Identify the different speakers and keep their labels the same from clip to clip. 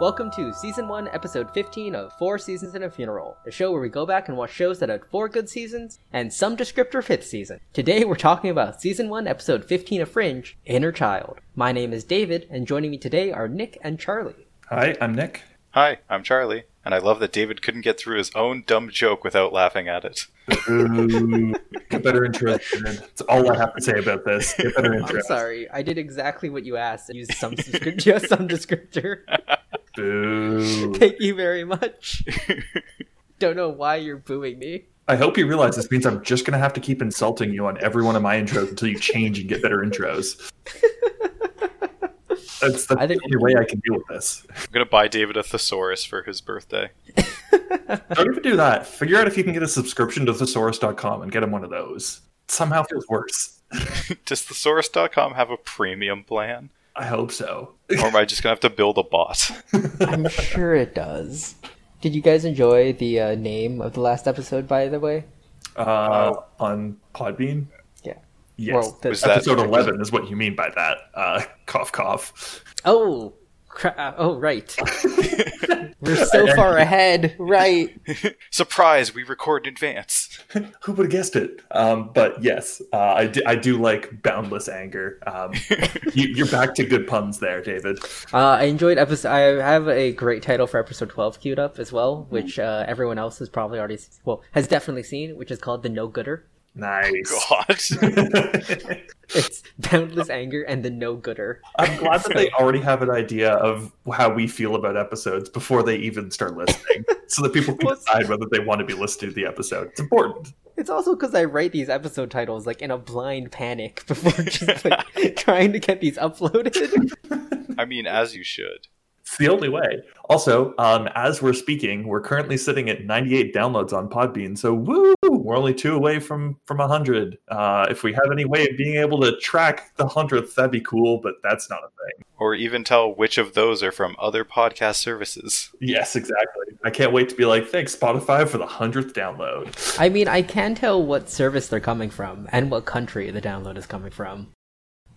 Speaker 1: Welcome to Season 1, Episode 15 of Four Seasons and a Funeral, a show where we go back and watch shows that had four good seasons and some descriptor fifth season. Today we're talking about Season 1, Episode 15 of Fringe, Inner Child. My name is David, and joining me today are Nick and Charlie.
Speaker 2: Hi, I'm Nick.
Speaker 3: Hi, I'm Charlie, and I love that David couldn't get through his own dumb joke without laughing at it.
Speaker 2: Ooh, get better intro. That's all I have to say about this. Get better intro.
Speaker 1: I'm sorry, I did exactly what you asked and used some, descriptor, some descriptor.
Speaker 2: Boo.
Speaker 1: Thank you very much. Don't know why you're booing me.
Speaker 2: I hope you realize this means I'm just going to have to keep insulting you on every one of my intros until you change and get better intros. That's the
Speaker 1: I think-
Speaker 2: only way I can deal with this.
Speaker 3: I'm gonna buy David a thesaurus for his birthday.
Speaker 2: Don't even do that. Figure out if you can get a subscription to thesaurus.com and get him one of those. Somehow feels worse.
Speaker 3: Does thesaurus.com have a premium plan?
Speaker 2: I hope so.
Speaker 3: Or am I just gonna have to build a bot?
Speaker 1: I'm sure it does. Did you guys enjoy the uh, name of the last episode, by the way?
Speaker 2: Uh, on Podbean?
Speaker 1: Yeah.
Speaker 2: Yes.
Speaker 1: Well, the-
Speaker 3: Was that-
Speaker 2: Episode 11 is what you mean by that. Uh, cough, cough.
Speaker 1: Oh, cra- oh right. We're so far ahead, right?
Speaker 3: Surprise, we record in advance.
Speaker 2: Who would have guessed it? Um, but yes, uh, I, do, I do like boundless anger. Um, you, you're back to good puns there, David.
Speaker 1: Uh, I enjoyed episode. I have a great title for episode twelve queued up as well, which uh, everyone else has probably already s- well has definitely seen, which is called the No Gooder.
Speaker 2: Nice.
Speaker 3: God.
Speaker 1: It's boundless anger and the No Gooder.
Speaker 2: I'm glad that they already have an idea of how we feel about episodes before they even start listening, so that people can
Speaker 1: Well,
Speaker 2: decide whether they want to be listening to the episode. It's important.
Speaker 1: It's also because I write these episode titles like in a blind panic before just like trying to get these uploaded.
Speaker 3: I mean, as you should.
Speaker 2: It's the only way. Also, um, as we're speaking, we're currently sitting at 98 downloads on Podbean. So, woo! We're only two away from from 100. Uh, if we have any way of being able to track the hundredth, that'd be cool. But that's not a thing.
Speaker 3: Or even tell which of those are from other podcast services.
Speaker 2: Yes, exactly. I can't wait to be like, thanks Spotify for the hundredth download.
Speaker 1: I mean, I can tell what service they're coming from and what country the download is coming from,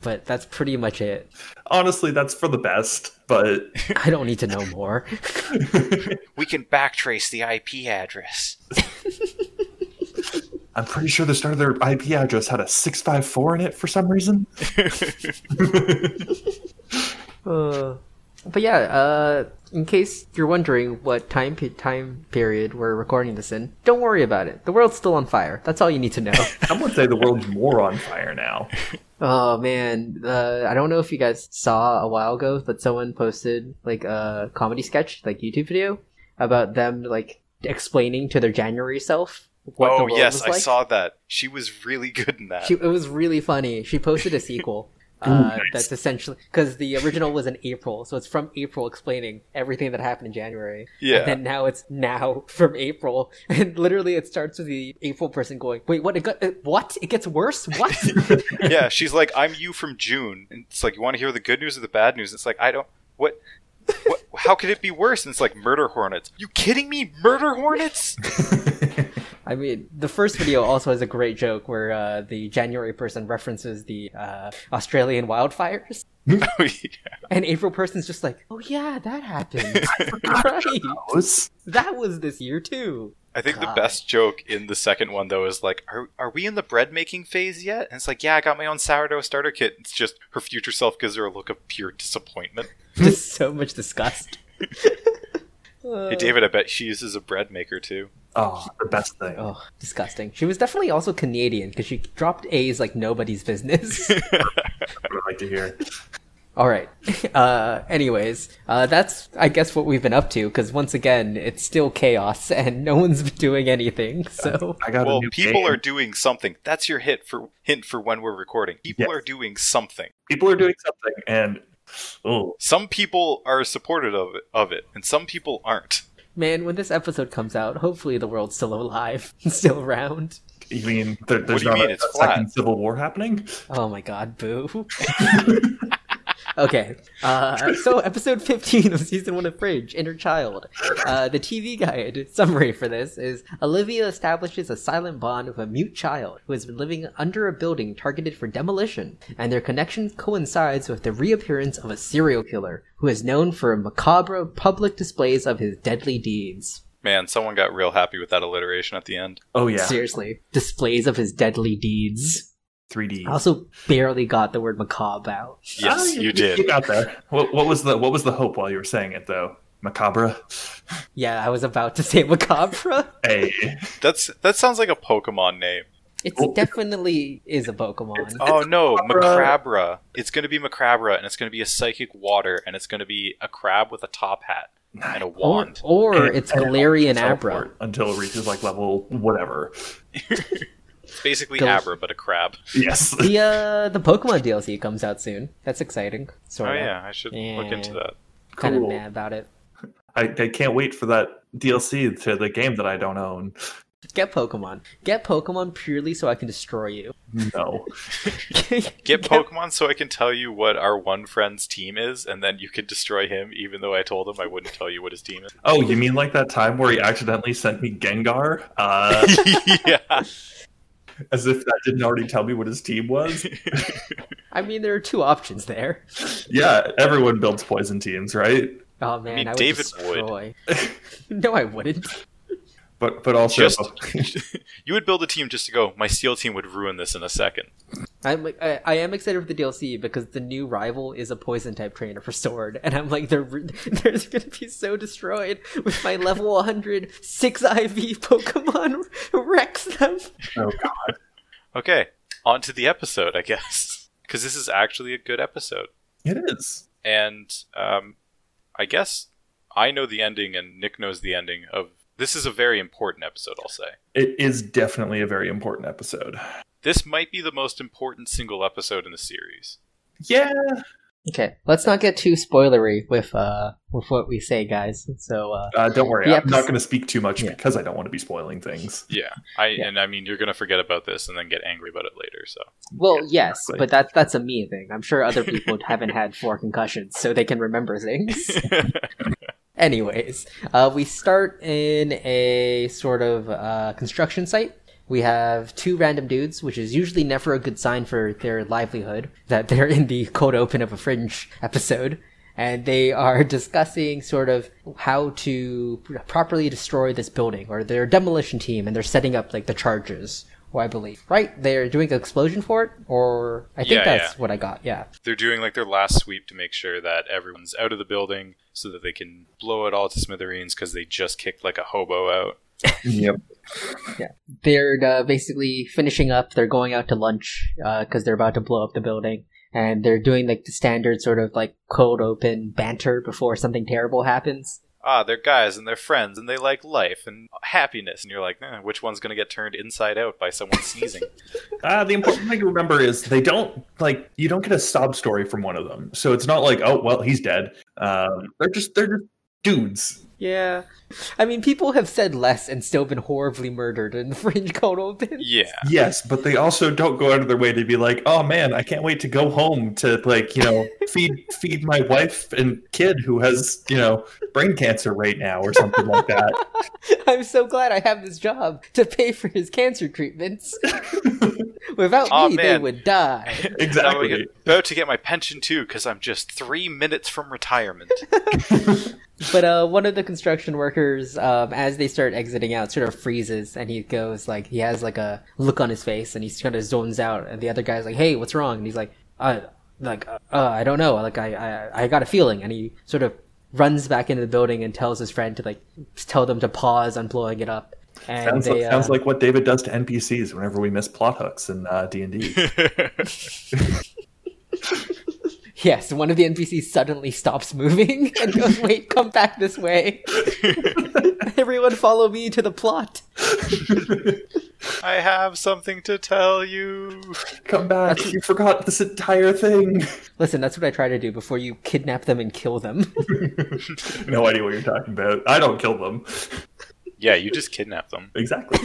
Speaker 1: but that's pretty much it.
Speaker 2: Honestly, that's for the best. But
Speaker 1: I don't need to know more.
Speaker 3: We can backtrace the IP address.
Speaker 2: I'm pretty sure the start of their IP address had a 654 in it for some reason.
Speaker 1: Uh, but yeah, uh, in case you're wondering what time pe- time period we're recording this in, don't worry about it. The world's still on fire. That's all you need to know.
Speaker 2: Some would say the world's more on fire now.
Speaker 1: Oh man, uh, I don't know if you guys saw a while ago, but someone posted like a comedy sketch, like YouTube video, about them like explaining to their January self what the
Speaker 3: oh,
Speaker 1: world
Speaker 3: yes,
Speaker 1: was
Speaker 3: I
Speaker 1: like.
Speaker 3: saw that. She was really good in that.
Speaker 1: She, it was really funny. She posted a sequel. Uh, That's essentially because the original was in April, so it's from April explaining everything that happened in January.
Speaker 3: Yeah.
Speaker 1: And then now it's now from April, and literally it starts with the April person going, "Wait, what? It got uh, what? It gets worse? What?"
Speaker 3: yeah, she's like, I'm you from June. And it's like, you want to hear the good news or the bad news? It's like, I don't. What? what how could it be worse? And it's like, murder hornets. You kidding me? Murder hornets?
Speaker 1: I mean, the first video also has a great joke where uh, the January person references the uh, Australian wildfires,
Speaker 3: Oh, yeah.
Speaker 1: and April person's just like, "Oh yeah, that happened. right, that was this year too."
Speaker 3: I think
Speaker 1: God.
Speaker 3: the best joke in the second one, though, is like, are, are we in the bread making phase yet? And it's like, yeah, I got my own sourdough starter kit. It's just her future self gives her a look of pure disappointment.
Speaker 1: Just so much disgust.
Speaker 3: hey,
Speaker 2: Uh.
Speaker 3: David, I bet she uses a bread maker, too.
Speaker 2: Oh, the best thing.
Speaker 1: Oh, disgusting. She was definitely also Canadian because she dropped A's like nobody's business.
Speaker 2: I would like to hear.
Speaker 1: All right. Uh, anyways, uh, that's I guess what we've been up to because once again, it's still chaos and no one's been doing anything. So
Speaker 2: I got a
Speaker 3: Well,
Speaker 2: new
Speaker 3: people
Speaker 2: game.
Speaker 3: are doing something. That's your hit for hint for when we're recording. People
Speaker 2: Yes.
Speaker 3: are doing something.
Speaker 2: people are doing something, and oh,
Speaker 3: Some people are supportive of it, of it and some people aren't.
Speaker 1: man, when this episode comes out, hopefully the world's still alive, and still around.
Speaker 2: you mean there, there's
Speaker 3: do you
Speaker 2: not
Speaker 3: mean?
Speaker 2: a,
Speaker 3: It's
Speaker 2: a
Speaker 3: flat.
Speaker 2: second civil war happening?
Speaker 1: Oh my god, boo! Okay. Uh, so, episode 15 of season 1 of Fringe, Inner Child. Uh, the TV guide summary for this is Olivia establishes a silent bond with a mute child who has been living under a building targeted for demolition, and their connection coincides with the reappearance of a serial killer who is known for macabre public displays of his deadly deeds.
Speaker 3: Man, someone got real happy with that alliteration at the end.
Speaker 2: Oh yeah,
Speaker 1: Seriously, displays of his deadly deeds.
Speaker 2: 3D.
Speaker 1: I also barely got the word macabre out.
Speaker 3: Yes,
Speaker 2: Ah,
Speaker 3: Oh, you did.
Speaker 2: You got there. What, what was the what was the hope while you were saying it though? Macabre.
Speaker 1: Yeah, I was about to say macabre.
Speaker 2: Hey,
Speaker 3: That's that sounds like a Pokemon name.
Speaker 1: It
Speaker 2: Oh.
Speaker 1: definitely is a Pokemon.
Speaker 3: Oh no,
Speaker 2: Macabra.
Speaker 3: Macrabra. It's gonna be Macrabra, and it's gonna be a psychic water, and it's gonna be a crab with a top hat and a
Speaker 1: or,
Speaker 3: wand.
Speaker 1: or it's Galarian Abra.
Speaker 2: Teleport Until it reaches like level whatever.
Speaker 3: It's basically
Speaker 1: Gal-
Speaker 3: Abra, but a crab.
Speaker 2: Yes.
Speaker 1: The uh, the Pokemon DLC comes out soon. That's exciting. Sort
Speaker 3: Oh
Speaker 1: of.
Speaker 3: yeah, I should look
Speaker 1: Yeah.
Speaker 3: into that.
Speaker 1: Kind of
Speaker 2: Cool.
Speaker 1: mad about it.
Speaker 2: I, I can't wait for that DLC to the game that I don't own.
Speaker 1: Get Pokemon. Get Pokemon purely so I can destroy you.
Speaker 2: No.
Speaker 3: Get Pokemon so I can tell you what our one friend's team is, and then you could destroy him, even though I told him I wouldn't tell you what his team is.
Speaker 2: Oh, you mean like that time where he accidentally sent me Gengar? Uh,
Speaker 3: yeah.
Speaker 2: as if that didn't already tell me what his team was?
Speaker 1: I mean, there are two options there.
Speaker 2: Yeah, everyone builds poison teams, right?
Speaker 1: Oh man, I,
Speaker 3: mean,
Speaker 1: would
Speaker 3: David would.
Speaker 1: destroy. no, I wouldn't.
Speaker 2: But but also
Speaker 3: Just you would build a team just to go, my steel team would ruin this in a second.
Speaker 1: I'm like, I, I am excited for the DLC because the new rival is a poison type trainer for Sword, and I'm like, they're re- they're gonna be so destroyed with my level 100 six IV Pokemon wrecks them.
Speaker 2: oh god.
Speaker 3: Okay, on to the episode, I guess. Because this is actually a good episode.
Speaker 2: It is.
Speaker 3: And um, I guess I know the ending, and Nick knows the ending of. This is a very important episode, I'll say.
Speaker 2: It is definitely a very important episode.
Speaker 3: This might be the most important single episode in the series.
Speaker 2: Yeah.
Speaker 1: Okay, let's not get too spoilery with uh with what we say, guys. So uh,
Speaker 2: Uh, don't worry,
Speaker 1: The
Speaker 2: I'm not
Speaker 1: episode-
Speaker 2: going to speak too much
Speaker 1: Yeah.
Speaker 2: because I don't want to be spoiling things.
Speaker 3: Yeah, I
Speaker 1: Yeah.
Speaker 3: and I mean you're gonna forget about this and then get angry about it later. So
Speaker 1: well, yes,
Speaker 2: exactly.
Speaker 1: but that's that's a me thing. I'm sure other people haven't had four concussions, so they can remember things. Anyways, uh, we start in a sort of uh, construction site. We have two random dudes, which is usually never a good sign for their livelihood, that they're in the cold open of a fringe episode. And they are discussing sort of how to properly destroy this building, or their demolition team, and they're setting up like the charges, or I believe. Right? They're doing an explosion for it, or I think
Speaker 3: Yeah,
Speaker 1: that's
Speaker 3: yeah.
Speaker 1: what I got, yeah.
Speaker 3: they're doing like their last sweep to make sure that everyone's out of the building so that they can blow it all to smithereens because they just kicked like a hobo out.
Speaker 2: Yep.
Speaker 1: they're uh, basically finishing up. They're going out to lunch because they're about to blow up the building, and they're doing like the standard sort of like cold open banter before something terrible happens.
Speaker 3: Ah, they're guys and they're friends and they like life and happiness. And you're like, eh, which one's gonna get turned inside out by someone sneezing?
Speaker 2: Uh, the important thing to remember is they don't like you don't get a sob story from one of them, so it's not like oh well he's dead. Um, they're just they're just dudes.
Speaker 1: Yeah, I mean, people have said less and still been horribly murdered in the fringe cold open.
Speaker 3: yeah,
Speaker 2: Yes, but they also don't go out of their way to be like oh man I can't wait to go home to like you know feed feed my wife and kid who has you know brain cancer right now or something like that.
Speaker 1: I'm so glad I have this job to pay for his cancer treatments. Without
Speaker 3: Aw,
Speaker 1: me, they
Speaker 3: man.
Speaker 1: would die.
Speaker 3: I'm
Speaker 2: Exactly.
Speaker 3: about to get my pension too because I'm just three minutes from retirement.
Speaker 1: But uh, one of the construction workers, um, as they start exiting out, sort of freezes and he goes like he has like a look on his face and he kind of zones out. And the other guy's like, "Hey, what's wrong?" And he's like, "I like uh, uh, I don't know. Like I, I I got a feeling." And he sort of runs back into the building and tells his friend to like tell them to pause on blowing it up. And
Speaker 2: Sounds,
Speaker 1: they,
Speaker 2: like, sounds
Speaker 1: uh,
Speaker 2: like what David does to NPCs whenever we miss plot hooks in uh, D and D.
Speaker 1: yes, one of the NPCs suddenly stops moving and goes, "Wait, come back this way." Everyone, follow me to the plot.
Speaker 3: I have something to tell you.
Speaker 2: Come back! You forgot this entire thing.
Speaker 1: Listen, that's what I try to do before you kidnap them and kill them.
Speaker 2: no idea what you're talking about. I don't kill them.
Speaker 3: Yeah, you just kidnap them.
Speaker 2: Exactly.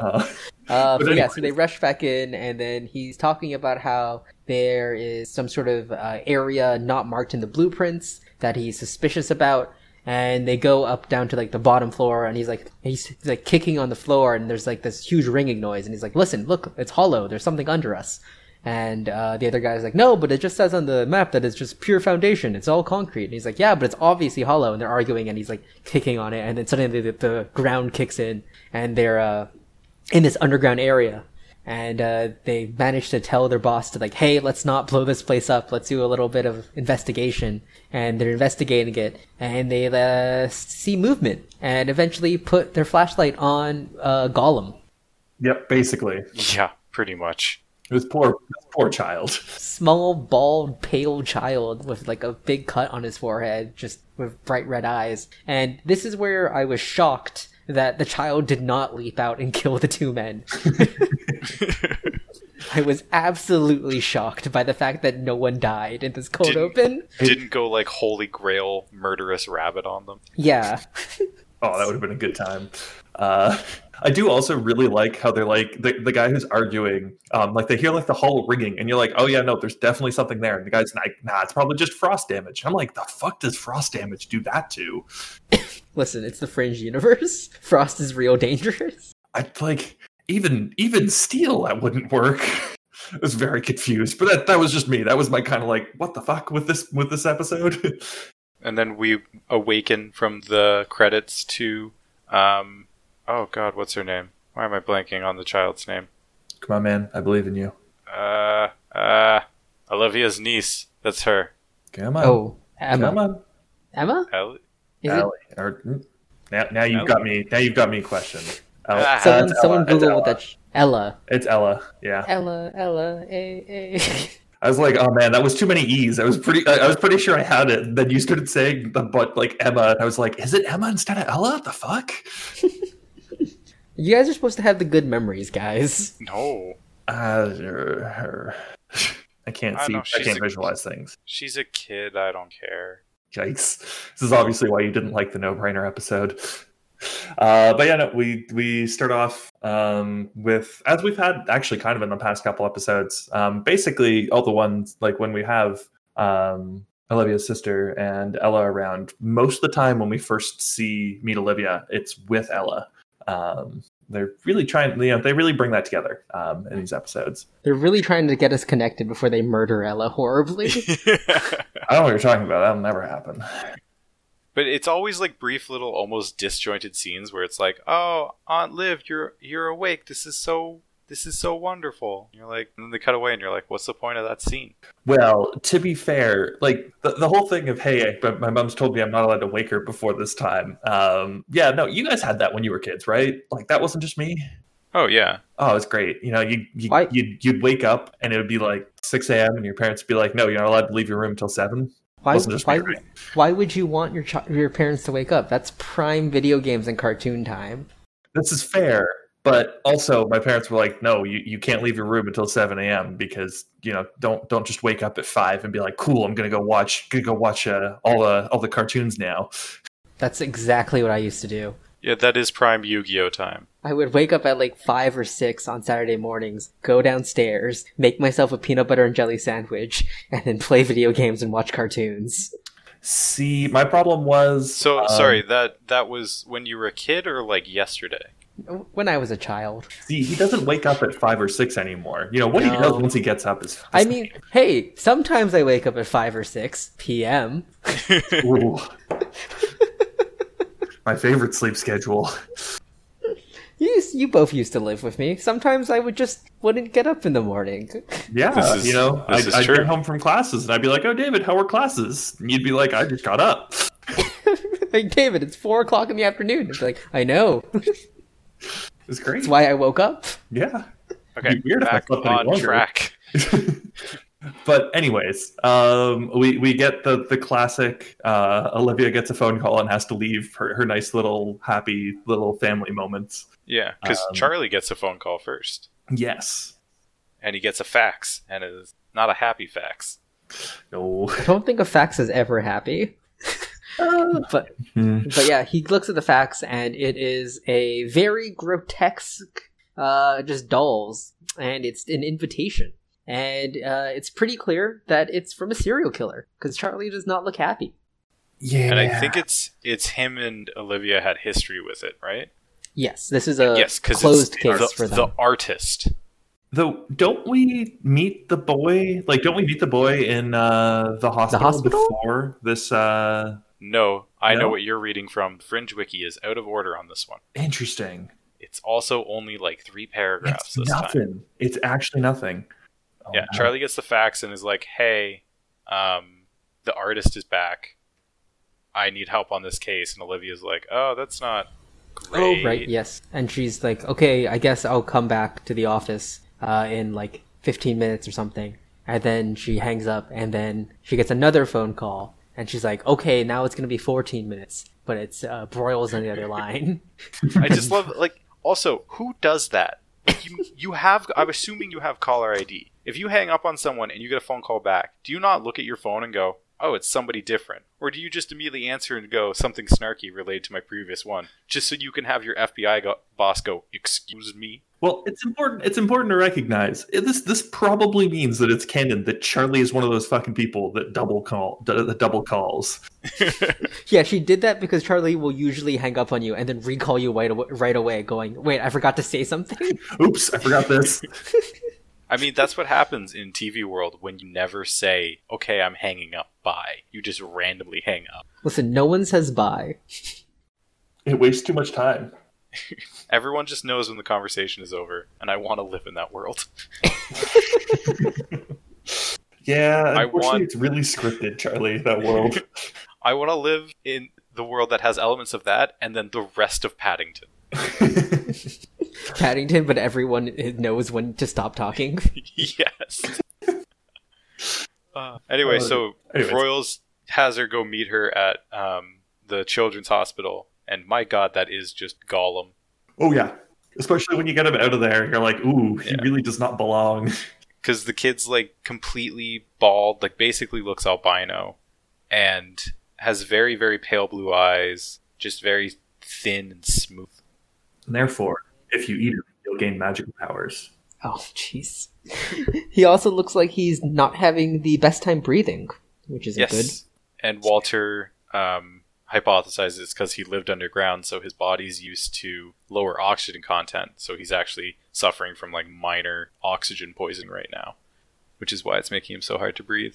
Speaker 2: Uh,
Speaker 1: Uh, but
Speaker 2: But
Speaker 1: yeah,
Speaker 2: anyways.
Speaker 1: so they rush back in, and then he's talking about how there is some sort of uh, area not marked in the blueprints that he's suspicious about. And they go up down to like the bottom floor, and he's like he's, he's like kicking on the floor, and there's like this huge ringing noise, and he's like, "Listen, look, it's hollow. There's something under us." And uh, the other guy's like, "No, but it just says on the map that it's just pure foundation. It's all concrete." And he's like, "Yeah, but it's obviously hollow." And they're arguing, and he's like kicking on it, and then suddenly the, the ground kicks in, and they're uh, in this underground area and uh, they managed to tell their boss to like hey let's not blow this place up let's do a little bit of investigation and they're investigating it and they uh, see movement and eventually put their flashlight on uh, gollum
Speaker 2: Yep, basically.
Speaker 3: Yeah, pretty much.
Speaker 2: This poor, this poor child.
Speaker 1: small bald pale child with like a big cut on his forehead just with bright red eyes and this is where i was shocked that the child did not leap out and kill the two men i was absolutely shocked by the fact that no one died in this cold
Speaker 3: Didn't-
Speaker 1: open
Speaker 3: Didn't go like holy grail murderous rabbit on them.
Speaker 1: yeah
Speaker 2: Oh, that would have been a good time. Uh, I do also really like how they're like the, the guy who's arguing. Um, like they hear like the hull ringing, and you're like, oh yeah, no, there's definitely something there. And the guy's like, nah, it's probably just frost damage. I'm like, the fuck does frost damage do that to?
Speaker 1: listen it's the fringe universe frost is real dangerous
Speaker 2: I like even even steel that wouldn't work. I was very confused, but that that was just me. That was my kind of like, what the fuck with this with this episode?
Speaker 3: And then we awaken from the credits to um oh god, what's her name? Why am I blanking on the child's name?
Speaker 2: Come on, man, I believe in you.
Speaker 3: Uh uh Olivia's niece. That's her.
Speaker 2: Come on,
Speaker 1: oh
Speaker 2: come
Speaker 1: emma
Speaker 2: on,
Speaker 1: emma
Speaker 3: Ellie?
Speaker 1: is it
Speaker 2: Allie. Or- mm. now, now you've
Speaker 3: Allie.
Speaker 2: got me. Now you've got me questioned. Al-
Speaker 3: Ah.
Speaker 2: uh,
Speaker 1: someone
Speaker 2: it's
Speaker 1: someone
Speaker 2: Ella, it's
Speaker 1: google
Speaker 2: Ella.
Speaker 1: what that sh- ella
Speaker 2: It's Ella. Yeah,
Speaker 1: ella ella a a
Speaker 2: I was like, oh man, that was too many E's. I was pretty, I, I was pretty sure I had it. Then you started saying the but like Emma, and I was like, is it Emma instead of Ella? The fuck?
Speaker 1: You guys are supposed to have the good memories, guys.
Speaker 3: No.
Speaker 2: Uh, er, er. I can't
Speaker 3: I
Speaker 2: see.
Speaker 3: know,
Speaker 2: I
Speaker 3: she's
Speaker 2: can't
Speaker 3: a-
Speaker 2: visualize things.
Speaker 3: She's a kid, I don't care.
Speaker 2: Yikes! This is obviously why you didn't like the no-brainer episode. Uh, but yeah, no, we we start off um, with as we've had actually kind of in the past couple episodes. Um, basically, all the ones like when we have um, Olivia's sister and Ella around. Most of the time, when we first see meet Olivia, it's with Ella. Um, they're really trying. You know, they really bring that together um, in these episodes.
Speaker 1: They're really trying to get us connected before they murder Ella horribly.
Speaker 2: I don't know what you're talking about. That'll never happen.
Speaker 3: But it's always like brief little almost disjointed scenes where it's like, "Oh, Aunt Liv, you're you're awake. This is so this is so wonderful." And you're like, and then they cut away and you're like, "What's the point of that scene?"
Speaker 2: Well, to be fair, like the, the whole thing of hey, but my mom's told me I'm not allowed to wake her before this time. Um, yeah, no, you guys had that when you were kids, right? Like that wasn't just me.
Speaker 3: Oh yeah.
Speaker 2: Oh, it's great. You know, you, you
Speaker 1: Why-
Speaker 2: you'd, you'd wake up and it would be like 6 a.m. and your parents would be like, no, you're not allowed to leave your room till seven.
Speaker 1: why,
Speaker 2: Wasn't just
Speaker 1: why,
Speaker 2: me, right?
Speaker 1: why would you want your chi- your parents to wake up? That's prime video games and cartoon time.
Speaker 2: This is fair, but also my parents were like, no, you, you can't leave your room until 7 a.m. because you know don't don't just wake up at five and be like, cool, I'm gonna go watch gonna go watch uh, all the all the cartoons now.
Speaker 1: That's exactly what I used to do.
Speaker 3: Yeah, that is prime Yu-Gi-Oh time.
Speaker 1: I would wake up at like five or six on Saturday mornings, go downstairs, make myself a peanut butter and jelly sandwich, and then play video games and watch cartoons.
Speaker 2: See, my problem was
Speaker 3: So
Speaker 2: um,
Speaker 3: sorry, that that was when you were a kid or like yesterday?
Speaker 1: When I was a child,
Speaker 2: um, See, he doesn't wake up at five or six anymore. You know what he
Speaker 1: No.
Speaker 2: does once he gets up is.
Speaker 1: I mean, hey, sometimes I wake up at five or six p.m.
Speaker 2: Ooh. my favorite sleep schedule.
Speaker 1: You, used- you both used to live with me. Sometimes I would just wouldn't get up in the morning.
Speaker 2: Yeah,
Speaker 3: This is-
Speaker 2: you know,
Speaker 3: this
Speaker 2: I'd,
Speaker 3: is
Speaker 2: I'd
Speaker 3: true.
Speaker 2: get home from classes and I'd be like, "Oh, David, how were classes?" And you'd be like, "I just got up."
Speaker 1: like David, it's four o'clock in the afternoon. It's like I know.
Speaker 2: It's great.
Speaker 1: That's why I woke up.
Speaker 2: yeah.
Speaker 3: Okay,
Speaker 2: Be weird if I
Speaker 3: back
Speaker 2: slept any
Speaker 3: on
Speaker 2: longer.
Speaker 3: track.
Speaker 2: but anyways, um, we we get the the classic. Uh, Olivia gets a phone call and has to leave her her nice little happy little family moments.
Speaker 3: Yeah, because
Speaker 2: Um,
Speaker 3: Charlie gets a phone call first,
Speaker 2: Yes.
Speaker 3: and he gets a fax, and it is not a happy fax.
Speaker 2: No.
Speaker 1: I don't think a fax is ever happy. But but yeah, he looks at the fax and it is a very grotesque uh, just dolls, and it's an invitation. And uh, it's pretty clear that it's from a serial killer because Charlie does not look happy.
Speaker 2: Yeah.
Speaker 3: And I think it's it's him and Olivia had history with it, right?
Speaker 1: Yes, this is a
Speaker 3: yes, because
Speaker 1: closed
Speaker 3: it's
Speaker 1: case
Speaker 3: the,
Speaker 1: for them.
Speaker 3: the artist.
Speaker 2: Though, don't we meet the boy? Like, don't we meet the boy in uh, the, hospital
Speaker 1: hospital?
Speaker 2: before this? Uh...
Speaker 3: No, I
Speaker 2: No?
Speaker 3: know what you're reading from. Fringe Wiki is out of order on this one.
Speaker 2: Interesting.
Speaker 3: It's also only like three
Speaker 2: It's
Speaker 3: paragraphs this time.
Speaker 2: nothing. It's actually nothing. Oh,
Speaker 3: Yeah,
Speaker 2: no.
Speaker 3: Charlie gets the facts and is like, "Hey, um, the artist is back. I need help on this case." And Olivia's like, "Oh, that's not great."
Speaker 1: Oh, right, yes. And she's like, okay, I guess I'll come back to the office uh, in like 15 minutes or something. And then she hangs up, and then she gets another phone call, and she's like, okay, now it's going to be 14 minutes. But it's uh, Broyles on the other line.
Speaker 3: I just love like also who does that? You, you have I'm assuming you have caller ID. If you hang up on someone and you get a phone call back, do you not look at your phone and go, "Oh, it's somebody different," or do you just immediately answer and go something snarky related to my previous one, just so you can have your FBI go- boss go, "Excuse me."
Speaker 2: Well, it's important. It's important to recognize it- this. This probably means that it's canon that Charlie is one of those fucking people that double call, d- that double calls.
Speaker 1: yeah, she did that because Charlie will usually hang up on you and then recall you right, aw- right away, going, wait, I forgot to say something.
Speaker 2: Oops, I forgot this.
Speaker 3: I mean, that's what happens in TV world when you never say, "Okay, I'm hanging up." Bye. You just randomly hang up.
Speaker 1: Listen, no one says bye.
Speaker 2: it wastes too much time.
Speaker 3: Everyone just knows when the conversation is over, and I want to live in that world.
Speaker 2: Yeah,
Speaker 3: I
Speaker 2: unfortunately,
Speaker 3: want-
Speaker 2: it's really scripted, Charlie. That world.
Speaker 3: I want to live in the world that has elements of that and then the rest of Paddington.
Speaker 1: Paddington, but everyone knows when to stop talking.
Speaker 3: yes. Uh, anyway,
Speaker 2: Uh,
Speaker 3: so
Speaker 2: anyways.
Speaker 3: Royals has her go meet her at um, the children's hospital, and my god, that is just Gollum.
Speaker 2: oh yeah, especially when you get him out of there, you're like, ooh, he
Speaker 3: Yeah.
Speaker 2: really does not belong.
Speaker 3: Because the kid's like completely bald, like basically looks albino, and has very, very pale blue eyes, just very thin and smooth.
Speaker 2: And therefore, if you eat him, you'll gain magic powers.
Speaker 1: Oh, jeez. he also looks like he's not having the best time breathing, which isn't good.
Speaker 3: And Walter um, hypothesizes it's because he lived underground, so his body's used to lower oxygen content. So he's actually suffering from like minor oxygen poisoning right now, which is why it's making him so hard to breathe.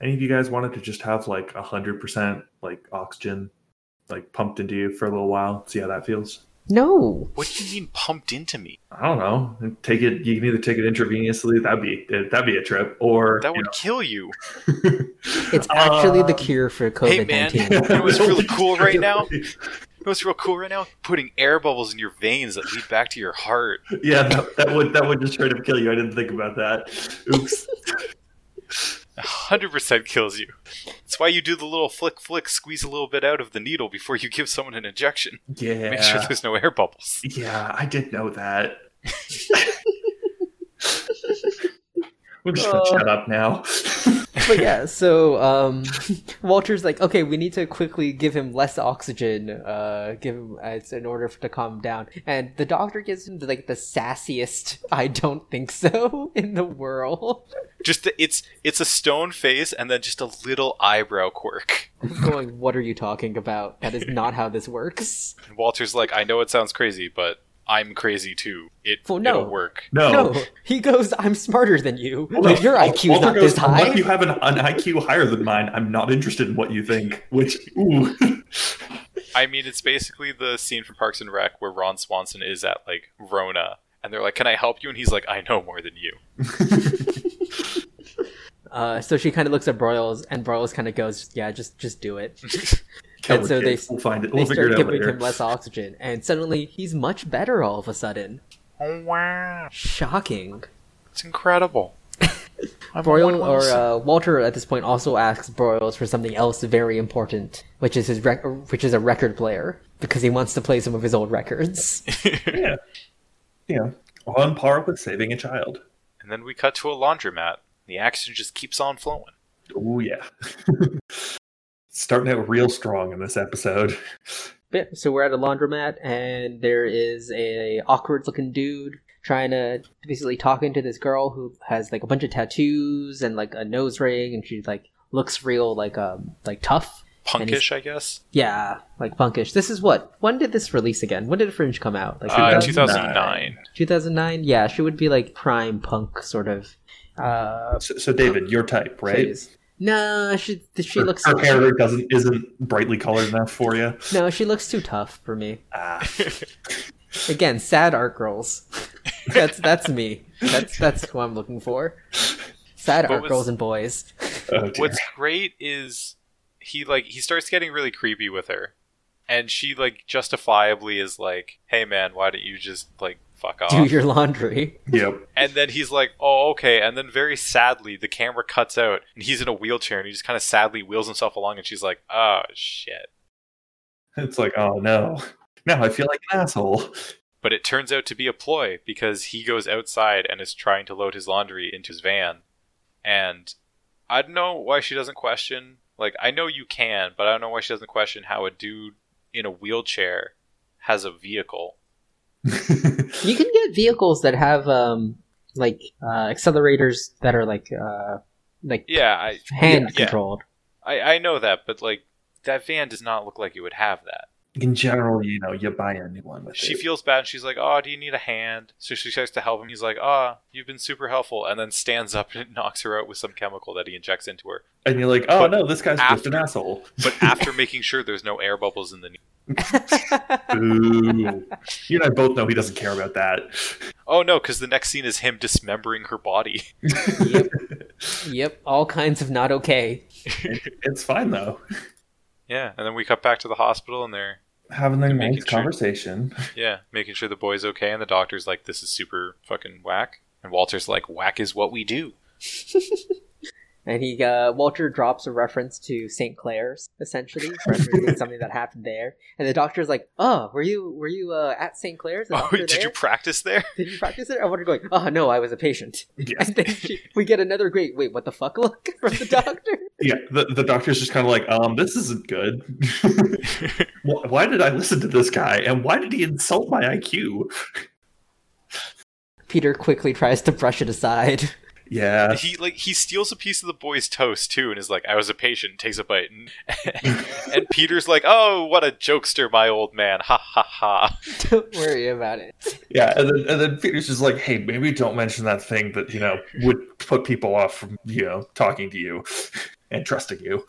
Speaker 2: Any of you guys wanted to just have like hundred percent like oxygen, like pumped into you for a little while, see how that feels?
Speaker 1: No.
Speaker 3: What do you mean pumped into me?
Speaker 2: I don't know. Take it. You can either take it intravenously. That'd be that'd be a trip. Or
Speaker 3: That would kill you.
Speaker 2: you know.
Speaker 1: It's actually
Speaker 2: Uh,
Speaker 1: the cure for
Speaker 3: Hey
Speaker 1: COVID
Speaker 3: man,
Speaker 1: 19.
Speaker 3: you know what's really cool right now? You know what's real cool right now? Putting air bubbles in your veins that lead back to your heart.
Speaker 2: Yeah, that, that would that would just straight up kill you. I didn't think about that. Oops.
Speaker 3: 100% kills you. That's why you do the little flick flick, squeeze a little bit out of the needle before you give someone an injection.
Speaker 2: Yeah.
Speaker 3: Make sure there's no air bubbles.
Speaker 2: Yeah, I did know that. We're just
Speaker 1: Oh.
Speaker 2: gonna shut up now.
Speaker 1: but yeah, so um, Walter's like, okay, we need to quickly give him less oxygen. Uh, give him uh, it's in order for, to calm him down. And the doctor gives him like the sassiest, I don't think so, in the world.
Speaker 3: Just the, it's it's a stone face and then just a little eyebrow quirk.
Speaker 1: going, what are you talking about? That is not how this works.
Speaker 3: And Walter's like, I know it sounds crazy, but I'm crazy too. It
Speaker 1: Well, no.
Speaker 3: it'll work.
Speaker 2: No.
Speaker 1: No, he goes, I'm smarter than you.
Speaker 2: Oh. Well, no,
Speaker 1: Like, your
Speaker 2: Al-
Speaker 1: IQ is
Speaker 2: Walter
Speaker 1: not
Speaker 2: goes,
Speaker 1: this high.
Speaker 2: "Unless you have an, an IQ higher than mine. I'm not interested in what you think. Which, ooh,
Speaker 3: I mean, it's basically the scene from Parks and Rec where Ron Swanson is at like Rona, and they're like, "Can I help you?" And he's like, "I know more than you."
Speaker 1: Uh, so she kind of looks at Broyles, and Broyles kind of goes, "Yeah, just just do it."
Speaker 2: Kill
Speaker 1: And
Speaker 2: the
Speaker 1: so
Speaker 2: kid.
Speaker 1: they-
Speaker 2: we'll find it.
Speaker 1: they
Speaker 2: We'll figure
Speaker 1: start
Speaker 2: it out
Speaker 1: giving
Speaker 2: later.
Speaker 1: him less oxygen, and suddenly he's much better all of a sudden.
Speaker 3: Oh wow,
Speaker 1: Shocking.
Speaker 3: it's incredible. I'm
Speaker 1: Broyle
Speaker 3: one one
Speaker 1: or
Speaker 3: six.
Speaker 1: uh, Walter at this point also asks Broyles for something else very important, which is his rec- which is a record player because he wants to play some of his old records.
Speaker 2: yeah. Yeah. On par with saving a child.
Speaker 3: and then we cut to a laundromat. The action just keeps on flowing.
Speaker 2: Oh, yeah. Starting out real strong in this episode.
Speaker 1: But yeah, so we're at a laundromat, and there is a awkward looking dude trying to basically talking to this girl who has like a bunch of tattoos and like a nose ring, and she like looks real like um like tough.
Speaker 3: Punkish, I guess.
Speaker 1: Yeah, like punkish. This is what. When did this release again? When did Fringe come out? Like
Speaker 3: Uh,
Speaker 2: 2009.
Speaker 3: 2009.
Speaker 1: 2009. Yeah, she would be like prime punk sort of. Uh,
Speaker 2: So, so David, your type, right?
Speaker 1: phase. No, she she
Speaker 2: Her-
Speaker 1: looks
Speaker 2: her hair doesn't isn't brightly colored enough for you.
Speaker 1: no, she looks too tough for me.
Speaker 2: Ah.
Speaker 1: Again, sad art girls. that's that's me. That's that's who I'm looking for. Sad
Speaker 3: What
Speaker 1: art
Speaker 3: was-
Speaker 1: girls and boys.
Speaker 2: Oh, dear.
Speaker 3: What's great is he like he starts getting really creepy with her, and she like justifiably is like, "Hey man, why don't you just like fuck off?"
Speaker 1: Do your laundry.
Speaker 2: Yep.
Speaker 3: And then he's like, "Oh, okay." And then very sadly, the camera cuts out, and he's in a wheelchair, and he just kind of sadly wheels himself along, and she's like, "Oh shit."
Speaker 2: It's like, oh no. Now I feel like an asshole.
Speaker 3: But it turns out to be a ploy because he goes outside and is trying to load his laundry into his van. And I don't know why she doesn't question. Like, I know you can, but I don't know why she doesn't question how a dude in a wheelchair has a vehicle.
Speaker 1: You can get vehicles that have um like uh, accelerators that are like uh like
Speaker 3: Yeah, I,
Speaker 1: hand
Speaker 3: yeah.
Speaker 1: controlled.
Speaker 3: I, I know that, but like, that van does not look like it would have that.
Speaker 2: In general, you know, you buy a new one with
Speaker 3: She
Speaker 2: it.
Speaker 3: feels bad. And she's like, "Oh, do you need a hand?" So she tries to help him. He's like, "Ah, you've been super helpful," and then stands up and knocks her out with some chemical that he injects into her.
Speaker 2: and you're like, oh
Speaker 3: But
Speaker 2: no, this guy's just an
Speaker 3: after-
Speaker 2: asshole.
Speaker 3: But after making sure there's no air bubbles in the
Speaker 2: Ooh. you and I both know he doesn't care about that.
Speaker 3: Oh no, because the next scene is him dismembering her body.
Speaker 1: yep. Yep. All kinds of not okay.
Speaker 2: It's fine though.
Speaker 3: Yeah, and then we cut back to the hospital and they're
Speaker 2: Having a
Speaker 3: Making
Speaker 2: nice
Speaker 3: sure-
Speaker 2: conversation.
Speaker 3: yeah making sure the boy's okay, and the doctor's like, "This is super fucking whack," and Walter's like, "Whack is what we do."
Speaker 1: And he uh, Walter drops a reference to St. Clair's, essentially, referencing something that happened there. And the doctor's like, "Oh, were you were you uh, at St. Clair's? The
Speaker 3: Oh,
Speaker 1: doctor
Speaker 3: did
Speaker 1: there?
Speaker 3: you practice there?
Speaker 1: did you practice it?" And Walter going, "Oh no, I was a patient."
Speaker 2: Yeah.
Speaker 1: And then she, we get another great wait, what the fuck look from the doctor.
Speaker 2: Yeah. The, the doctor's just kind of like, um, this isn't good. Wh- why did I listen to this guy? And why did he insult my IQ?
Speaker 1: Peter quickly tries to brush it aside.
Speaker 2: Yeah.
Speaker 3: He like he steals a piece of the boy's toast too, and is like, "I was a patient." Takes a bite, and, and Peter's like, "Oh, what a jokester, my old man! Ha ha ha!"
Speaker 1: Don't worry about it.
Speaker 2: Yeah, and then, and then Peter's just like, "Hey, maybe don't mention that thing that you know would put people off from you know talking to you and trusting you."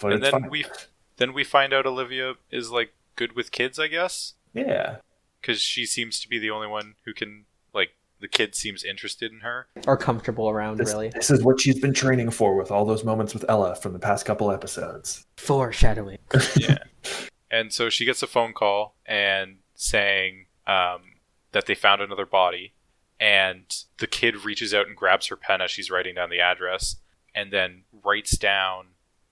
Speaker 2: But
Speaker 3: and
Speaker 2: it's
Speaker 3: then
Speaker 2: fine.
Speaker 3: we then we find out Olivia is like good with kids, I guess.
Speaker 2: yeah,
Speaker 3: because she seems to be the only one who can like the kid seems interested in her
Speaker 1: Or comfortable around,
Speaker 2: this,
Speaker 1: really.
Speaker 2: this is what she's been training for with all those moments with Ella from the past couple episodes.
Speaker 1: Foreshadowing.
Speaker 3: and so she gets a phone call and saying um, that they found another body and the kid reaches out and grabs her pen as she's writing down the address and then writes down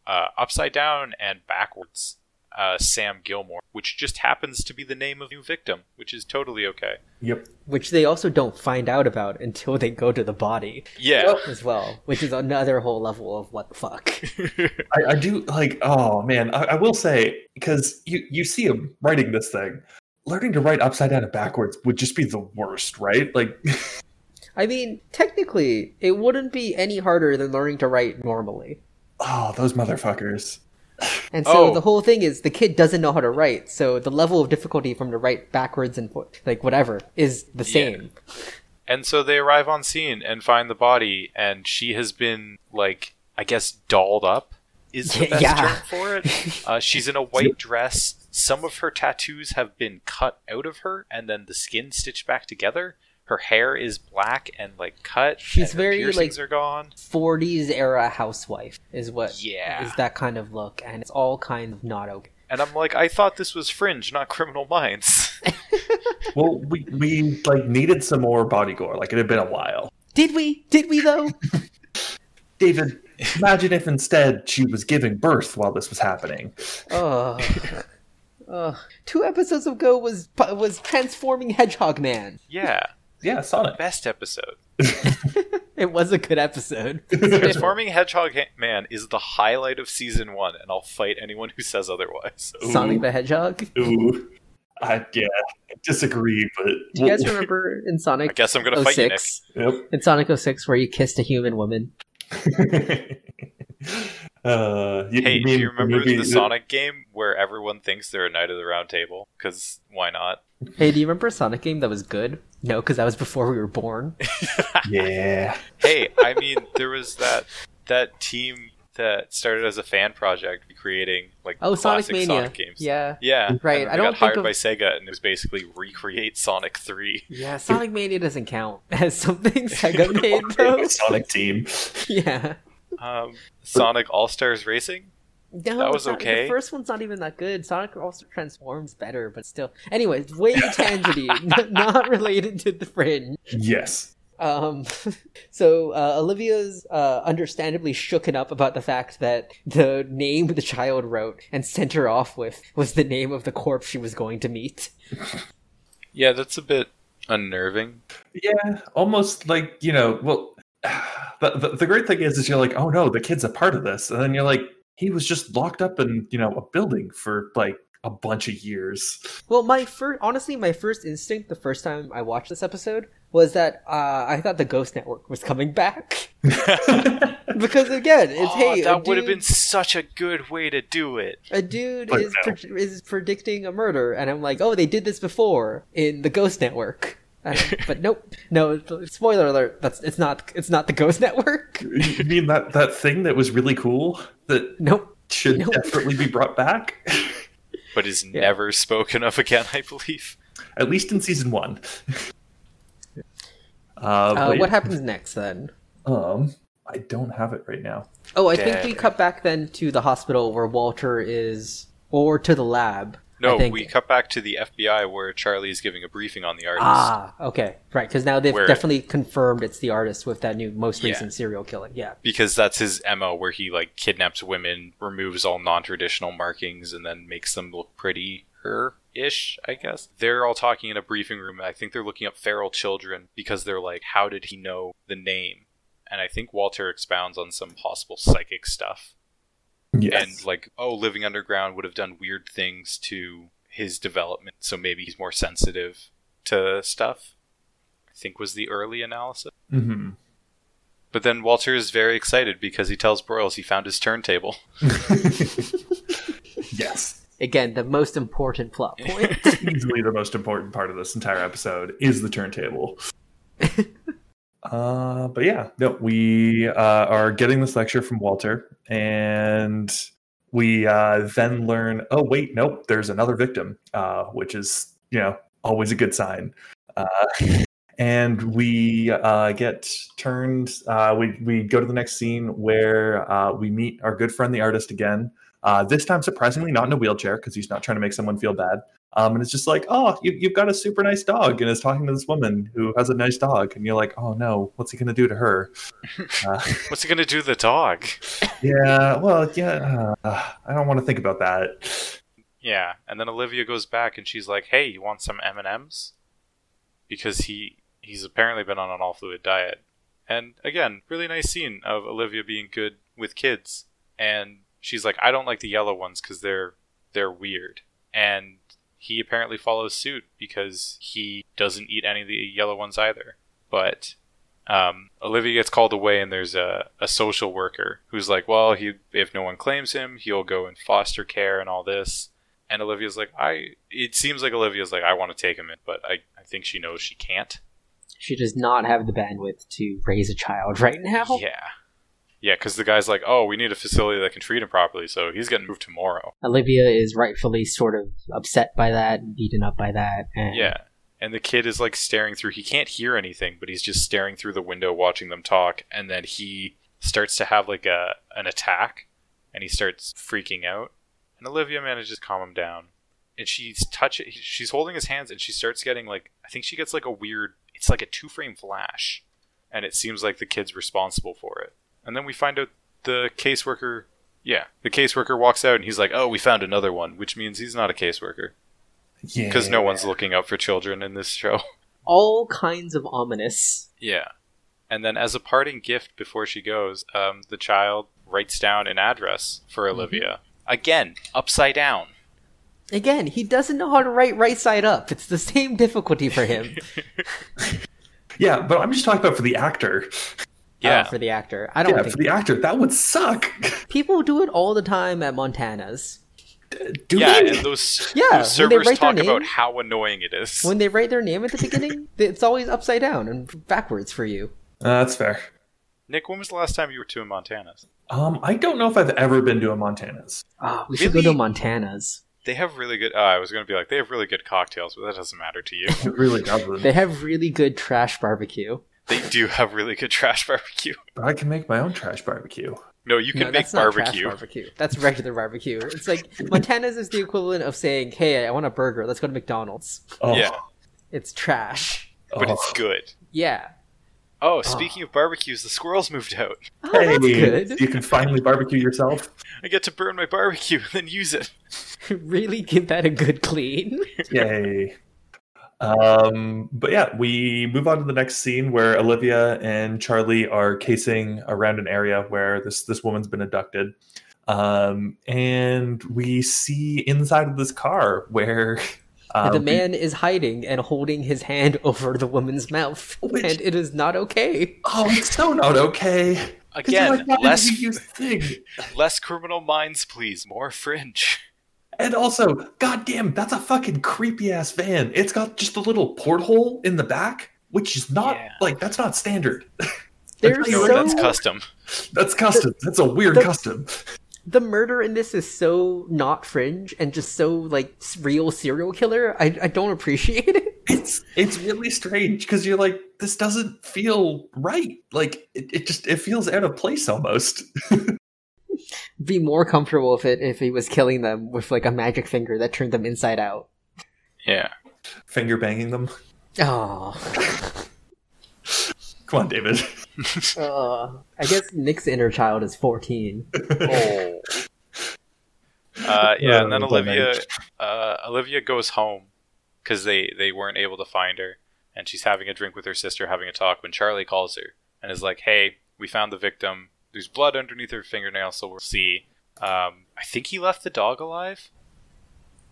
Speaker 3: uh, upside down and backwards uh, sam gilmore which just happens to be the name of the new victim which is totally okay
Speaker 2: Yep.
Speaker 1: Which they also don't find out about until they go to the body
Speaker 3: yeah
Speaker 1: as well, which is another whole level of what the fuck.
Speaker 2: I, I do like. Oh man, I, I will say because you you see him writing this thing, learning to write upside down and backwards would just be the worst, right? Like,
Speaker 1: I mean, technically, it wouldn't be any harder than learning to write normally.
Speaker 2: oh, those motherfuckers.
Speaker 1: And so
Speaker 3: Oh.
Speaker 1: the whole thing is the kid doesn't know how to write, so the level of difficulty from to write backwards and fo- like whatever is the same.
Speaker 3: And so they arrive on scene and find the body, and she has been like, I guess, dolled up is the best
Speaker 1: Yeah.
Speaker 3: term for it. Uh, she's in a white dress. Some of her tattoos have been cut out of her, and then the skin stitched back together. Her hair is black and like cut.
Speaker 1: She's
Speaker 3: and her
Speaker 1: very,
Speaker 3: piercings
Speaker 1: like-
Speaker 3: are gone.
Speaker 1: 40s era housewife is what
Speaker 3: Yeah.
Speaker 1: is that kind of look, and it's all kind of not okay.
Speaker 3: And I'm like, I thought this was Fringe, not Criminal Minds.
Speaker 2: Well, we we like needed some more body gore. Like it had been a while.
Speaker 1: Did we? Did we though?
Speaker 2: David, imagine if instead she was giving birth while this was happening.
Speaker 1: Ugh. Ugh. Two episodes ago was was transforming Hedgehog Man.
Speaker 3: yeah,
Speaker 2: Yeah, Sonic.
Speaker 3: best episode.
Speaker 1: it was a good episode.
Speaker 3: Transforming Hedgehog Ha- Man is the highlight of season one, and I'll fight anyone who says otherwise.
Speaker 2: Ooh.
Speaker 1: Sonic the Hedgehog.
Speaker 2: Ooh, I yeah, I disagree, but
Speaker 1: Do you guys remember in
Speaker 3: I
Speaker 1: Sonic
Speaker 3: guess I'm gonna fight you next.
Speaker 1: 06? In Sonic 06 where you kissed a human woman.
Speaker 2: Yep. uh, you,
Speaker 3: Hey,
Speaker 2: you
Speaker 3: do
Speaker 2: mean
Speaker 3: you remember
Speaker 2: maybe
Speaker 3: the Sonic game where everyone thinks they're a knight of the round table? Because why not?
Speaker 1: Hey, do you remember a Sonic game that was good? No, because that was before we were born.
Speaker 2: Yeah,
Speaker 3: Hey, I mean, there was that that team that started as a fan project creating like
Speaker 1: Oh,
Speaker 3: classic
Speaker 1: Sonic Mania.
Speaker 3: games.
Speaker 1: Yeah.
Speaker 3: Yeah,
Speaker 1: Right,
Speaker 3: And then
Speaker 1: I
Speaker 3: they
Speaker 1: don't
Speaker 3: got
Speaker 1: think
Speaker 3: hired
Speaker 1: of-
Speaker 3: by Sega, and it was basically recreate Sonic Three.
Speaker 1: Yeah, Sonic Mania doesn't count as something Sega made, though.
Speaker 2: Sonic team.
Speaker 1: Yeah.
Speaker 3: Um, Sonic All Stars Racing.
Speaker 1: No,
Speaker 3: That was
Speaker 1: it's not-
Speaker 3: okay.
Speaker 1: The first one's not even that good. Sonic also transforms better, but still. Anyway, way tangity, n- not related to the fringe.
Speaker 2: Yes.
Speaker 1: Um, so uh, Olivia's uh, understandably shooken up about the fact that the name the child wrote and sent her off with was the name of the corpse she was going to meet.
Speaker 3: Yeah, that's a bit unnerving.
Speaker 2: Yeah, almost like you know. Well, the, the the great thing is, is you're like, oh no, the kid's a part of this, and then you're like, he was just locked up in you know a building for like a bunch of years.
Speaker 1: Well, my first, honestly, my first instinct the first time I watched this episode was that uh, I thought the Ghost Network was coming back because again, it's
Speaker 3: Oh,
Speaker 1: hey, a
Speaker 3: that would have
Speaker 1: dude-
Speaker 3: been such a good way to do it.
Speaker 1: A dude
Speaker 2: But
Speaker 1: is
Speaker 2: no.
Speaker 1: pre- is predicting a murder, and I'm like, oh, they did this before in the Ghost Network. Um, but nope, no. th- Spoiler alert. That's it's not it's not the Ghost Network.
Speaker 2: you mean that that thing that was really cool that
Speaker 1: Nope.
Speaker 2: should
Speaker 1: Nope.
Speaker 2: definitely be brought back,
Speaker 3: but is never spoken of again, I believe.
Speaker 2: at least in season one. Uh,
Speaker 1: Uh, what
Speaker 2: but yeah,
Speaker 1: happens next then?
Speaker 2: um, I don't have it right now.
Speaker 1: Oh, I think we
Speaker 3: Dead.
Speaker 1: cut back then to the hospital where Walter is, or to the lab.
Speaker 3: No,
Speaker 1: I think.
Speaker 3: we cut back to the FBI where Charlie is giving a briefing on the artist.
Speaker 1: Ah, okay, right. Because now they've
Speaker 3: Where-
Speaker 1: definitely confirmed it's the artist with that new most
Speaker 3: Yeah.
Speaker 1: recent serial killing. Yeah.
Speaker 3: Because that's his MO where he like kidnaps women, removes all non traditional markings, and then makes them look pretty her ish, I guess. They're all talking in a briefing room, and I think they're looking up feral children because they're like, How did he know the name? And I think Walter expounds on some possible psychic stuff.
Speaker 2: Yes.
Speaker 3: and like oh living underground would have done weird things to his development so maybe he's more sensitive to stuff i think was the early analysis
Speaker 2: hmm
Speaker 3: but then walter is very excited because he tells broyles he found his turntable
Speaker 2: Yes.
Speaker 1: Again, the most important plot point.
Speaker 2: Easily the most important part of this entire episode is the turntable. uh, but yeah, no, we uh, are getting this lecture from Walter, and we uh, then learn oh, wait, nope, there's another victim, uh, which is, you know, always a good sign. Uh, and we uh, get turned. Uh, we, we go to the next scene where uh, we meet our good friend, the artist, again. Uh, this time, surprisingly, not in a wheelchair because he's not trying to make someone feel bad. Um, and it's just like, oh, you, you've got a super nice dog, and is talking to this woman who has a nice dog, and you're like, oh no, what's he gonna do to her?
Speaker 3: what's he gonna do to the dog
Speaker 2: yeah, well, yeah, uh, I don't want to think about that.
Speaker 3: yeah and then olivia goes back and she's like hey you want some m&ms because he he's apparently been on an all fluid diet and again really nice scene of olivia being good with kids and she's like i don't like the yellow ones because they're they're weird and he apparently follows suit because he doesn't eat any of the yellow ones either but um, Olivia gets called away, and there's a, a social worker who's like, "Well, he if no one claims him, he'll go in foster care and all this." And Olivia's like, "I." It seems like Olivia's like, "I want to take him in," but I, I think she knows she can't.
Speaker 1: she does not have the bandwidth to raise a child right now.
Speaker 3: Yeah, yeah, because the guy's like, "Oh, we need a facility that can treat him properly," so he's getting moved tomorrow.
Speaker 1: Olivia is rightfully sort of upset by that, and beaten up by that. And
Speaker 3: Yeah, and the kid is like staring through. He can't hear anything, but he's just staring through the window watching them talk. And then he starts to have like a an attack, and he starts freaking out. And Olivia manages to calm him down, and she's touching. She's holding his hands, and she starts getting like I think she gets like a weird. It's like a two frame flash, and it seems like the kid's responsible for it. And then we find out the caseworker. Yeah, the caseworker walks out, and he's like, "Oh, we found another one," which means he's not a caseworker
Speaker 2: Yeah,
Speaker 3: because no one's looking out for children in this show.
Speaker 1: all kinds of ominous.
Speaker 3: Yeah. And then, as a parting gift before she goes, um, the child writes down an address for
Speaker 1: Mm-hmm.
Speaker 3: Olivia. Again, upside down.
Speaker 1: Again, he doesn't know how to write right side up. It's the same difficulty for him. uh,
Speaker 2: Yeah, but I'm just talking about for the actor.
Speaker 1: uh,
Speaker 3: Yeah.
Speaker 1: for the actor. I don't
Speaker 2: Yeah,
Speaker 1: think
Speaker 2: for the actor, that would suck.
Speaker 1: people do it all the time at Montana's.
Speaker 2: Do
Speaker 3: yeah,
Speaker 2: they?
Speaker 3: and those,
Speaker 1: Yeah, when they
Speaker 3: those
Speaker 1: write
Speaker 3: servers
Speaker 1: their
Speaker 3: talk about
Speaker 1: name-
Speaker 3: how annoying it is.
Speaker 1: When they write their name at the beginning, it's always upside down and backwards for you.
Speaker 2: Uh, that's fair.
Speaker 3: Nick, when was the last time you were to a Montana's?
Speaker 2: Um, I don't know if I've ever been to a Montana's.
Speaker 1: Ah, we should go
Speaker 3: Really?
Speaker 1: to Montana's.
Speaker 3: They have really good. Oh, I was going to be like, they have really good cocktails, but that doesn't matter to you.
Speaker 2: It really doesn't.
Speaker 1: They have really good trash barbecue.
Speaker 3: they do have really good trash barbecue.
Speaker 2: But I can make my own trash barbecue.
Speaker 3: No, you can
Speaker 1: No,
Speaker 3: make
Speaker 1: that's not trash
Speaker 3: barbecue.
Speaker 1: barbecue. That's regular barbecue. It's like Montana's is the equivalent of saying, "Hey, I want a burger. Let's go to McDonald's."
Speaker 2: Oh,
Speaker 3: Yeah.
Speaker 1: It's trash.
Speaker 3: but
Speaker 2: oh.
Speaker 3: it's good.
Speaker 1: Yeah.
Speaker 3: Oh, speaking of barbecues, the squirrels moved out.
Speaker 1: Oh,
Speaker 2: Hey,
Speaker 1: that's good.
Speaker 2: you can finally barbecue yourself.
Speaker 3: I get to burn my barbecue and then use it.
Speaker 1: really give that a good clean.
Speaker 2: Yay. Um, but yeah, we move on to the next scene where Olivia and Charlie are casing around an area where this this woman's been abducted. Um, and we see inside of this car where um,
Speaker 1: the man is hiding and holding his hand over the woman's mouth,
Speaker 2: Which-
Speaker 1: and it is not okay.
Speaker 2: oh, it's so not okay. 'Cause you're
Speaker 3: Again,
Speaker 2: like, why did
Speaker 3: less
Speaker 2: you use thing?
Speaker 3: less criminal minds, please. More fringe.
Speaker 2: And also, goddamn, that's a fucking creepy ass van. It's got just a little porthole in the back, which is not
Speaker 3: Yeah.
Speaker 2: like that's not standard.
Speaker 1: They're
Speaker 2: That's
Speaker 3: No,
Speaker 1: so
Speaker 3: that's custom.
Speaker 2: That's custom. That's a weird
Speaker 1: the-
Speaker 2: custom.
Speaker 1: the murder in this is so not fringe and just so like s- real serial killer. I I don't appreciate it.
Speaker 2: It's it's really strange because you're like this doesn't feel right. Like it, it just it feels out of place almost.
Speaker 1: Be more comfortable if it if he was killing them with like a magic finger that turned them inside out.
Speaker 3: Yeah.
Speaker 2: Finger banging them.
Speaker 1: Oh,
Speaker 2: Come on, David.
Speaker 1: I guess Nick's inner child is fourteen.
Speaker 3: Oh. Uh, yeah, and then
Speaker 2: Oh,
Speaker 3: Olivia,
Speaker 2: damage.
Speaker 3: uh, Olivia goes home because they they weren't able to find her, and she's having a drink with her sister, having a talk when Charlie calls her and is like, "Hey, we found the victim. There's blood underneath her fingernail, so we'll see." Um, I think he left the dog alive.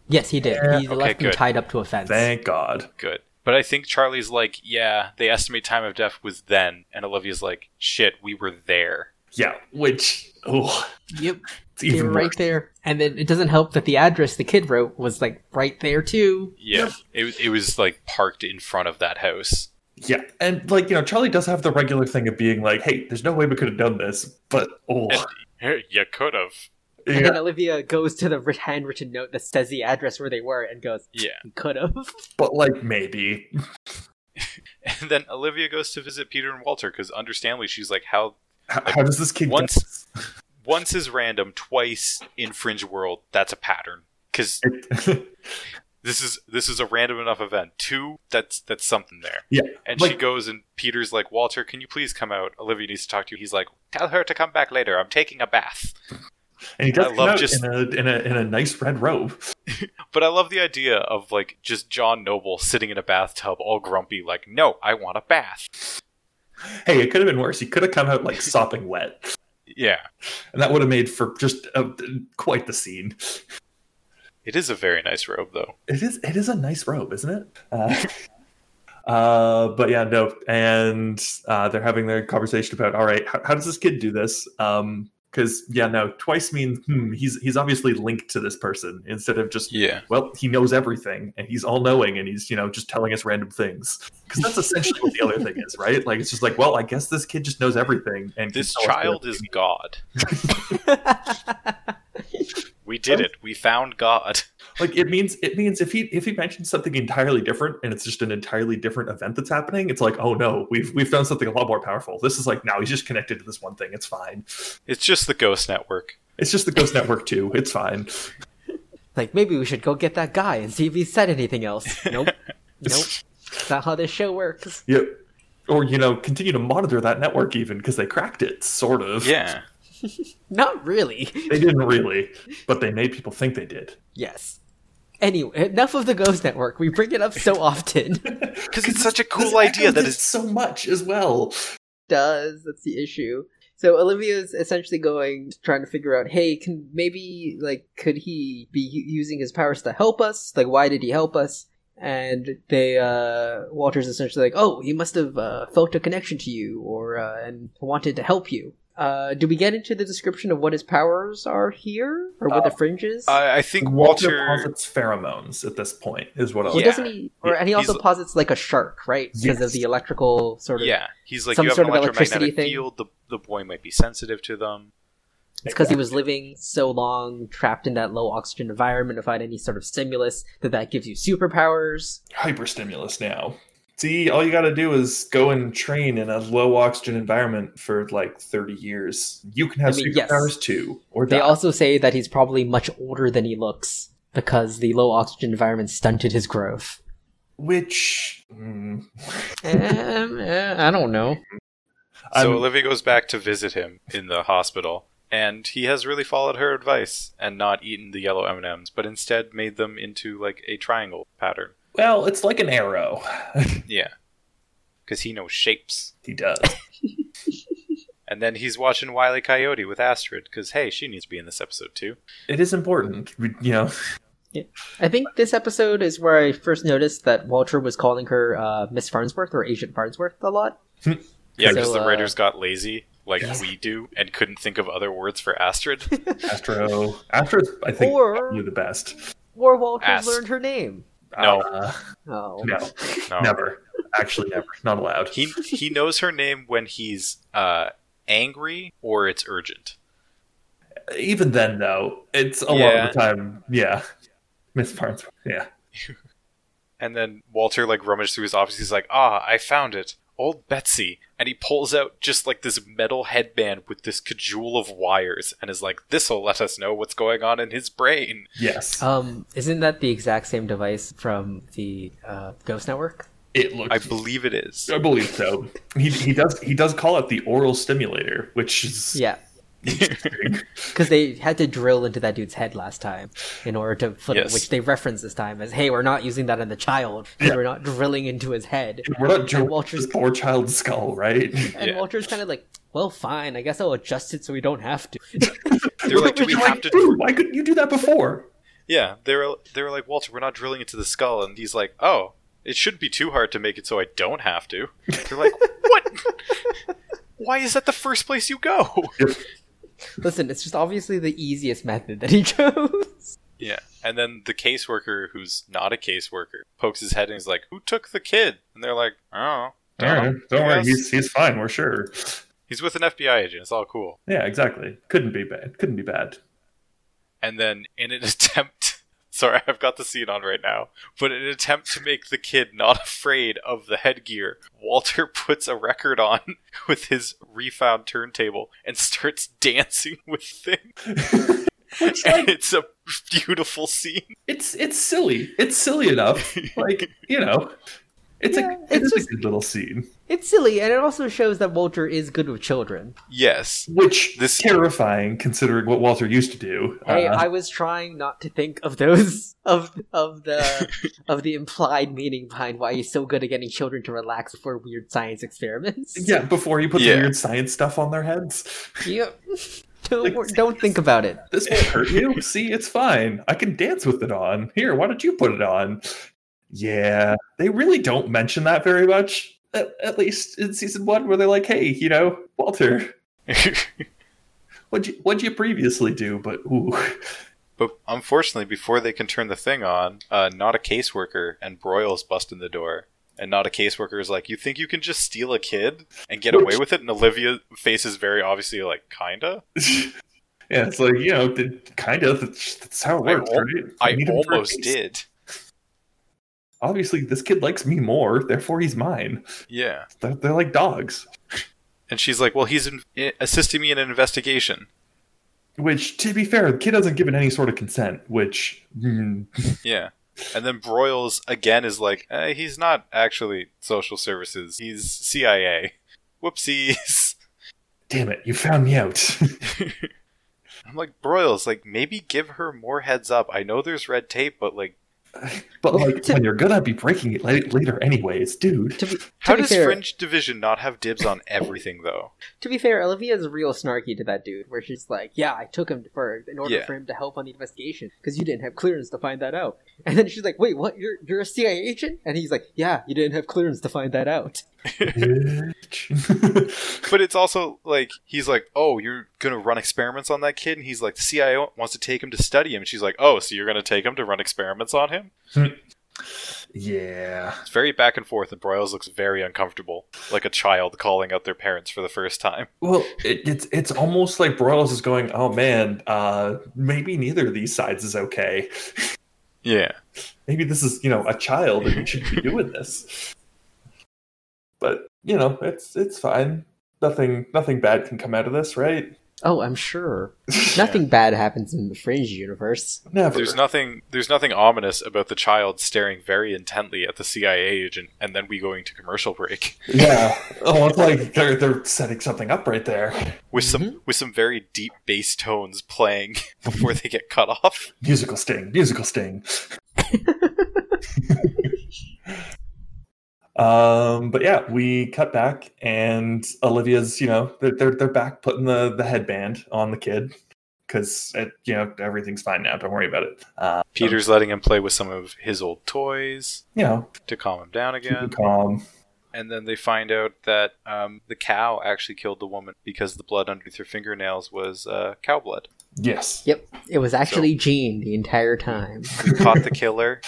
Speaker 1: Yes, he did.
Speaker 2: Yeah,
Speaker 1: he
Speaker 3: okay,
Speaker 1: left him
Speaker 3: good.
Speaker 1: tied up to a fence.
Speaker 2: Thank God.
Speaker 3: Good, but I think Charlie's like, "Yeah, they estimate time of death was then," and Olivia's like, "Shit, we were there."
Speaker 2: Yeah. Which oh,
Speaker 1: Yep.
Speaker 2: it's
Speaker 1: they
Speaker 2: even
Speaker 1: were
Speaker 2: worse.
Speaker 1: right there. And then it doesn't help that the address the kid wrote was like right there too.
Speaker 3: Yeah, it it was like parked in front of that house.
Speaker 2: Yeah, and like you know, Charlie does have the regular thing of being like, "Hey, there's no way we could have done this," but oh,
Speaker 3: you could have.
Speaker 1: And then
Speaker 2: yeah,
Speaker 1: Olivia goes to the writ- handwritten note that says the address where they were and goes,
Speaker 3: Yeah.
Speaker 1: could have.
Speaker 2: but like maybe.
Speaker 3: And then Olivia goes to visit Peter and Walter because, understandably, she's like, "How
Speaker 2: How, how does this kid? get
Speaker 3: Once-
Speaker 2: this?
Speaker 3: once is random, twice in Fringe World, that's a pattern." Because
Speaker 2: It-
Speaker 3: this is this is a random enough event. Two, that's that's something there.
Speaker 2: Yeah,
Speaker 3: And she
Speaker 2: like-
Speaker 3: goes, and Peter's like, "Walter, can you please come out? Olivia needs to talk to you." He's like, "Tell her to come back later. I'm taking a bath."
Speaker 2: and he does
Speaker 3: I
Speaker 2: come
Speaker 3: love
Speaker 2: out
Speaker 3: just-
Speaker 2: in, a, in a in a nice red robe.
Speaker 3: But I love the idea of like just John Noble sitting in a bathtub, all grumpy, like, "No, I want a bath."
Speaker 2: Hey, it could have been worse. He could have come out like sopping wet,
Speaker 3: Yeah,
Speaker 2: and that would have made for just uh quite the scene.
Speaker 3: it is a very nice robe, though.
Speaker 2: It is it is a nice robe, isn't it? Uh, uh, but yeah, no. And uh, they're having their conversation about all right, how, how does this kid do this? Um, because yeah, no, twice means hmm, he's he's obviously linked to this person instead of just
Speaker 3: Yeah.
Speaker 2: well, he knows everything and he's all knowing and he's you know just telling us random things because that's essentially what the other thing is, right? Like it's just like well, I guess this kid just knows everything and can
Speaker 3: This
Speaker 2: tell us
Speaker 3: child
Speaker 2: everything.
Speaker 3: is God. We did it. We found God.
Speaker 2: like it means it means if he if he mentions something entirely different and it's just an entirely different event that's happening it's like oh no we've we've done something a lot more powerful this is like now he's just connected to this one thing it's fine
Speaker 3: It's just the Ghost Network.
Speaker 2: it's just the ghost network too it's fine
Speaker 1: like, maybe we should go get that guy and see if he said anything else. Nope. nope. That's not how this show works.
Speaker 2: yep or you know continue to monitor that network even because they cracked it sort of
Speaker 3: Yeah.
Speaker 1: Not really.
Speaker 2: they didn't really but they made people think they did
Speaker 1: Yes. Anyway, enough of the Ghost Network. We bring it up so often.
Speaker 3: Because it's such a
Speaker 2: This
Speaker 3: cool idea
Speaker 2: echoes
Speaker 3: that
Speaker 2: it
Speaker 3: it's
Speaker 2: so much as well
Speaker 1: does. That's the issue. So Olivia's essentially going, trying to figure out, hey, can maybe like could he be u- using his powers to help us? Like, why did he help us? And they, uh, Walter's essentially like, oh, he must have uh, felt a connection to you or uh, and wanted to help you. Uh, do we get into the description of what his powers are here or what the fringe is?
Speaker 3: I, I think
Speaker 2: Walter
Speaker 3: Walter.
Speaker 2: posits pheromones at this point, is what I'll
Speaker 1: Well,
Speaker 3: yeah.
Speaker 1: doesn't he? Or,
Speaker 2: Yeah,
Speaker 1: and he also
Speaker 3: he's-
Speaker 1: posits like a shark, right? Because of
Speaker 2: Yes.
Speaker 1: the electrical sort of.
Speaker 3: Yeah, he's like
Speaker 1: some
Speaker 3: you have
Speaker 1: sort
Speaker 3: an
Speaker 1: of electricity
Speaker 3: electromagnetic
Speaker 1: thing.
Speaker 3: field. The the boy might be sensitive to them.
Speaker 1: It's because he was living so long trapped in that low oxygen environment without any sort of stimulus that that gives you superpowers.
Speaker 2: hyperstimulus now. See, all you got to do is go and train in a low oxygen environment for like 30 years. You can have
Speaker 1: I mean, yes.
Speaker 2: superpowers too, or
Speaker 1: They
Speaker 2: die.
Speaker 1: also say that he's probably much older than he looks because the low oxygen environment stunted his growth.
Speaker 2: which mm,
Speaker 1: I don't know.
Speaker 2: I'm-
Speaker 3: So Olivia goes back to visit him in the hospital, and he has really followed her advice and not eaten the yellow M and M's, but instead made them into like a triangle pattern.
Speaker 2: well, it's like an arrow.
Speaker 3: Yeah, because he knows shapes.
Speaker 2: he does.
Speaker 3: And then he's watching Wile E. Coyote with Astrid, because hey, she needs to be in this episode too.
Speaker 2: It is important, we- you know.
Speaker 1: I think this episode is where I first noticed that Walter was calling her uh, Miss Farnsworth or Agent Farnsworth a lot.
Speaker 3: Yeah,
Speaker 1: So,
Speaker 3: because the
Speaker 1: uh,
Speaker 3: writers got lazy like
Speaker 2: Yes.
Speaker 3: we do and couldn't think of other words for Astrid.
Speaker 2: Astro, Astro's, I think,
Speaker 1: Or-
Speaker 2: probably the best.
Speaker 1: Or Walter
Speaker 3: Ask.
Speaker 1: learned her name.
Speaker 3: No.
Speaker 2: Uh,
Speaker 1: Oh.
Speaker 2: no,
Speaker 3: No.
Speaker 2: never. Actually, never. Not allowed.
Speaker 3: He he knows her name when he's uh, angry or it's urgent.
Speaker 2: Even then, though, it's a lot
Speaker 3: Yeah.
Speaker 2: of the time. Yeah, Miss Farnsworth. Yeah.
Speaker 3: And then Walter like rummages through his office. He's like, "Ah, I found it, old Betsy." And he pulls out just like this metal headband with this cajole of wires, and is like, "This'll let us know what's going on in his brain."
Speaker 2: Yes.
Speaker 1: Um, isn't that the exact same device from the uh, Ghost Network?
Speaker 2: it looks.
Speaker 3: I believe it is.
Speaker 2: I believe so. He, he does he does call it the oral stimulator, which is
Speaker 1: Yeah, because they had to drill into that dude's head last time in order to flip it,
Speaker 3: Yes.
Speaker 1: which they referenced this time as, "Hey, we're not using that on the child. 'cause We're not drilling into his head."
Speaker 2: we're not joking.
Speaker 1: Walter's-
Speaker 2: This poor child's skull, right?
Speaker 1: And
Speaker 3: Yeah.
Speaker 1: Walter's kind of like, "Well, fine. I guess I'll adjust it so we don't have to."
Speaker 3: They're like, "Do we
Speaker 2: Like,
Speaker 3: have to?"
Speaker 2: dude, Why couldn't you do that before?
Speaker 3: Yeah, they were they were like, "Walter, we're not drilling into the skull," and he's like, "Oh, it shouldn't be too hard to make it so I don't have to." They're like, "What? Why is that the first place you go?"
Speaker 1: Listen, it's just obviously the easiest method that he chose.
Speaker 3: Yeah. And then the caseworker, who's not a caseworker, pokes his head and he's like, Who took the kid? And they're like, Oh,
Speaker 2: All right, don't worry,
Speaker 3: Yes.
Speaker 2: he's he's fine. We're sure.
Speaker 3: he's with an FBI agent. It's all cool.
Speaker 2: Yeah, exactly. Couldn't be bad. Couldn't be bad.
Speaker 3: And then, in an attempt, sorry, I've got the scene on right now, but in an attempt to make the kid not afraid of the headgear, Walter puts a record on with his refound turntable and starts dancing with things.
Speaker 2: Which
Speaker 3: And
Speaker 2: like
Speaker 3: it's a beautiful scene.
Speaker 2: it's it's silly. It's silly enough. Like you know, it's
Speaker 1: Yeah,
Speaker 2: a it's,
Speaker 1: it's
Speaker 2: a
Speaker 1: just-
Speaker 2: good little scene.
Speaker 1: It's silly, and it also shows that Walter is good with children.
Speaker 3: Yes.
Speaker 2: Which this
Speaker 3: This-
Speaker 2: terrifying considering what Walter used to do.
Speaker 1: Hey,
Speaker 2: Uh,
Speaker 1: I was trying not to think of those of of the of the implied meaning behind why he's so good at getting children to relax for weird science experiments.
Speaker 2: yeah, before he put
Speaker 3: Yeah.
Speaker 2: the weird science stuff on their heads.
Speaker 1: Yep. Don't, wor- don't think about it.
Speaker 2: this won't hurt you. See, it's fine. I can dance with it on. Here, why don't you put it on? Yeah, they really don't mention that very much. At, at least in season one, where they're like, "Hey, you know, Walter, what'd you what'd you previously do?" But ooh,
Speaker 3: But unfortunately, before they can turn the thing on, uh, not a caseworker and Broyles bust in the door. And not a caseworker is like, You think you can just steal a kid and get away with it? And Olivia faces very obviously like, Kinda?
Speaker 2: yeah, it's like you know, did, kind of. That's, that's how it
Speaker 3: I
Speaker 2: works.
Speaker 3: al-
Speaker 2: right?
Speaker 3: I
Speaker 2: need him for a
Speaker 3: almost
Speaker 2: case.
Speaker 3: did.
Speaker 2: Obviously, this kid likes me more, therefore he's mine.
Speaker 3: Yeah.
Speaker 2: They're, they're like dogs.
Speaker 3: And she's like, Well, he's in- i- assisting me in an investigation.
Speaker 2: Which, to be fair, the kid hasn't given any sort of consent. Which, mm,
Speaker 3: Yeah. And then Broyles again is like, eh, He's not actually social services, he's CIA. Whoopsies.
Speaker 2: damn it, you found me out.
Speaker 3: I'm like, Broyles, like, maybe give her more heads up. I know there's red tape, but, like,
Speaker 2: But like when you're gonna be breaking it la- later, anyways, dude.
Speaker 1: To be, to
Speaker 3: How
Speaker 1: be
Speaker 3: does
Speaker 1: fair,
Speaker 3: Fringe Division not have dibs on everything though?
Speaker 1: to be fair, Olivia's real snarky to that dude, where she's like, "Yeah, I took him to Ferg in order
Speaker 3: Yeah.
Speaker 1: for him to help on the investigation because you didn't have clearance to find that out." And then she's like, "Wait, what? You're you're a CIA agent?" And he's like, "Yeah, you didn't have clearance to find that out."
Speaker 2: Bitch.
Speaker 3: But it's also like he's like, "Oh, you're gonna run experiments on that kid," and he's like, "The CIA wants to take him to study him." And she's like, "Oh, so you're gonna take him to run experiments on him?"
Speaker 2: yeah.
Speaker 3: It's very back and forth, and Broyles looks very uncomfortable, like a child calling out their parents for the first time.
Speaker 2: Well, it, it's it's almost like Broyles is going, oh man, uh, maybe neither of these sides is okay.
Speaker 3: Yeah,
Speaker 2: Maybe this is you know a child and you should be doing this. But you know, it's it's fine. Nothing nothing bad can come out of this, right?
Speaker 1: Oh, I'm sure nothing bad happens in the Fringe universe.
Speaker 2: Never.
Speaker 3: there's nothing. There's nothing ominous about the child staring very intently at the CIA agent, and then we going to commercial break
Speaker 2: Yeah. Oh, it's like they're they're setting something up right there.
Speaker 3: with some with some very deep bass tones playing before they get cut off.
Speaker 2: Musical sting. Musical sting. um, but yeah, we cut back, and Olivia's you know they're they're, they're back putting the the headband on the kid because you know everything's fine now. Don't worry about it. Uh,
Speaker 3: Peter's letting him play with some of his old toys
Speaker 2: you know,
Speaker 3: to calm him down
Speaker 2: keep
Speaker 3: again.
Speaker 2: it calm.
Speaker 3: and then they find out that um, the cow actually killed the woman because the blood underneath her fingernails was uh, cow blood.
Speaker 2: Yes.
Speaker 1: Yep, it was actually Jean the entire time.
Speaker 3: We caught the killer.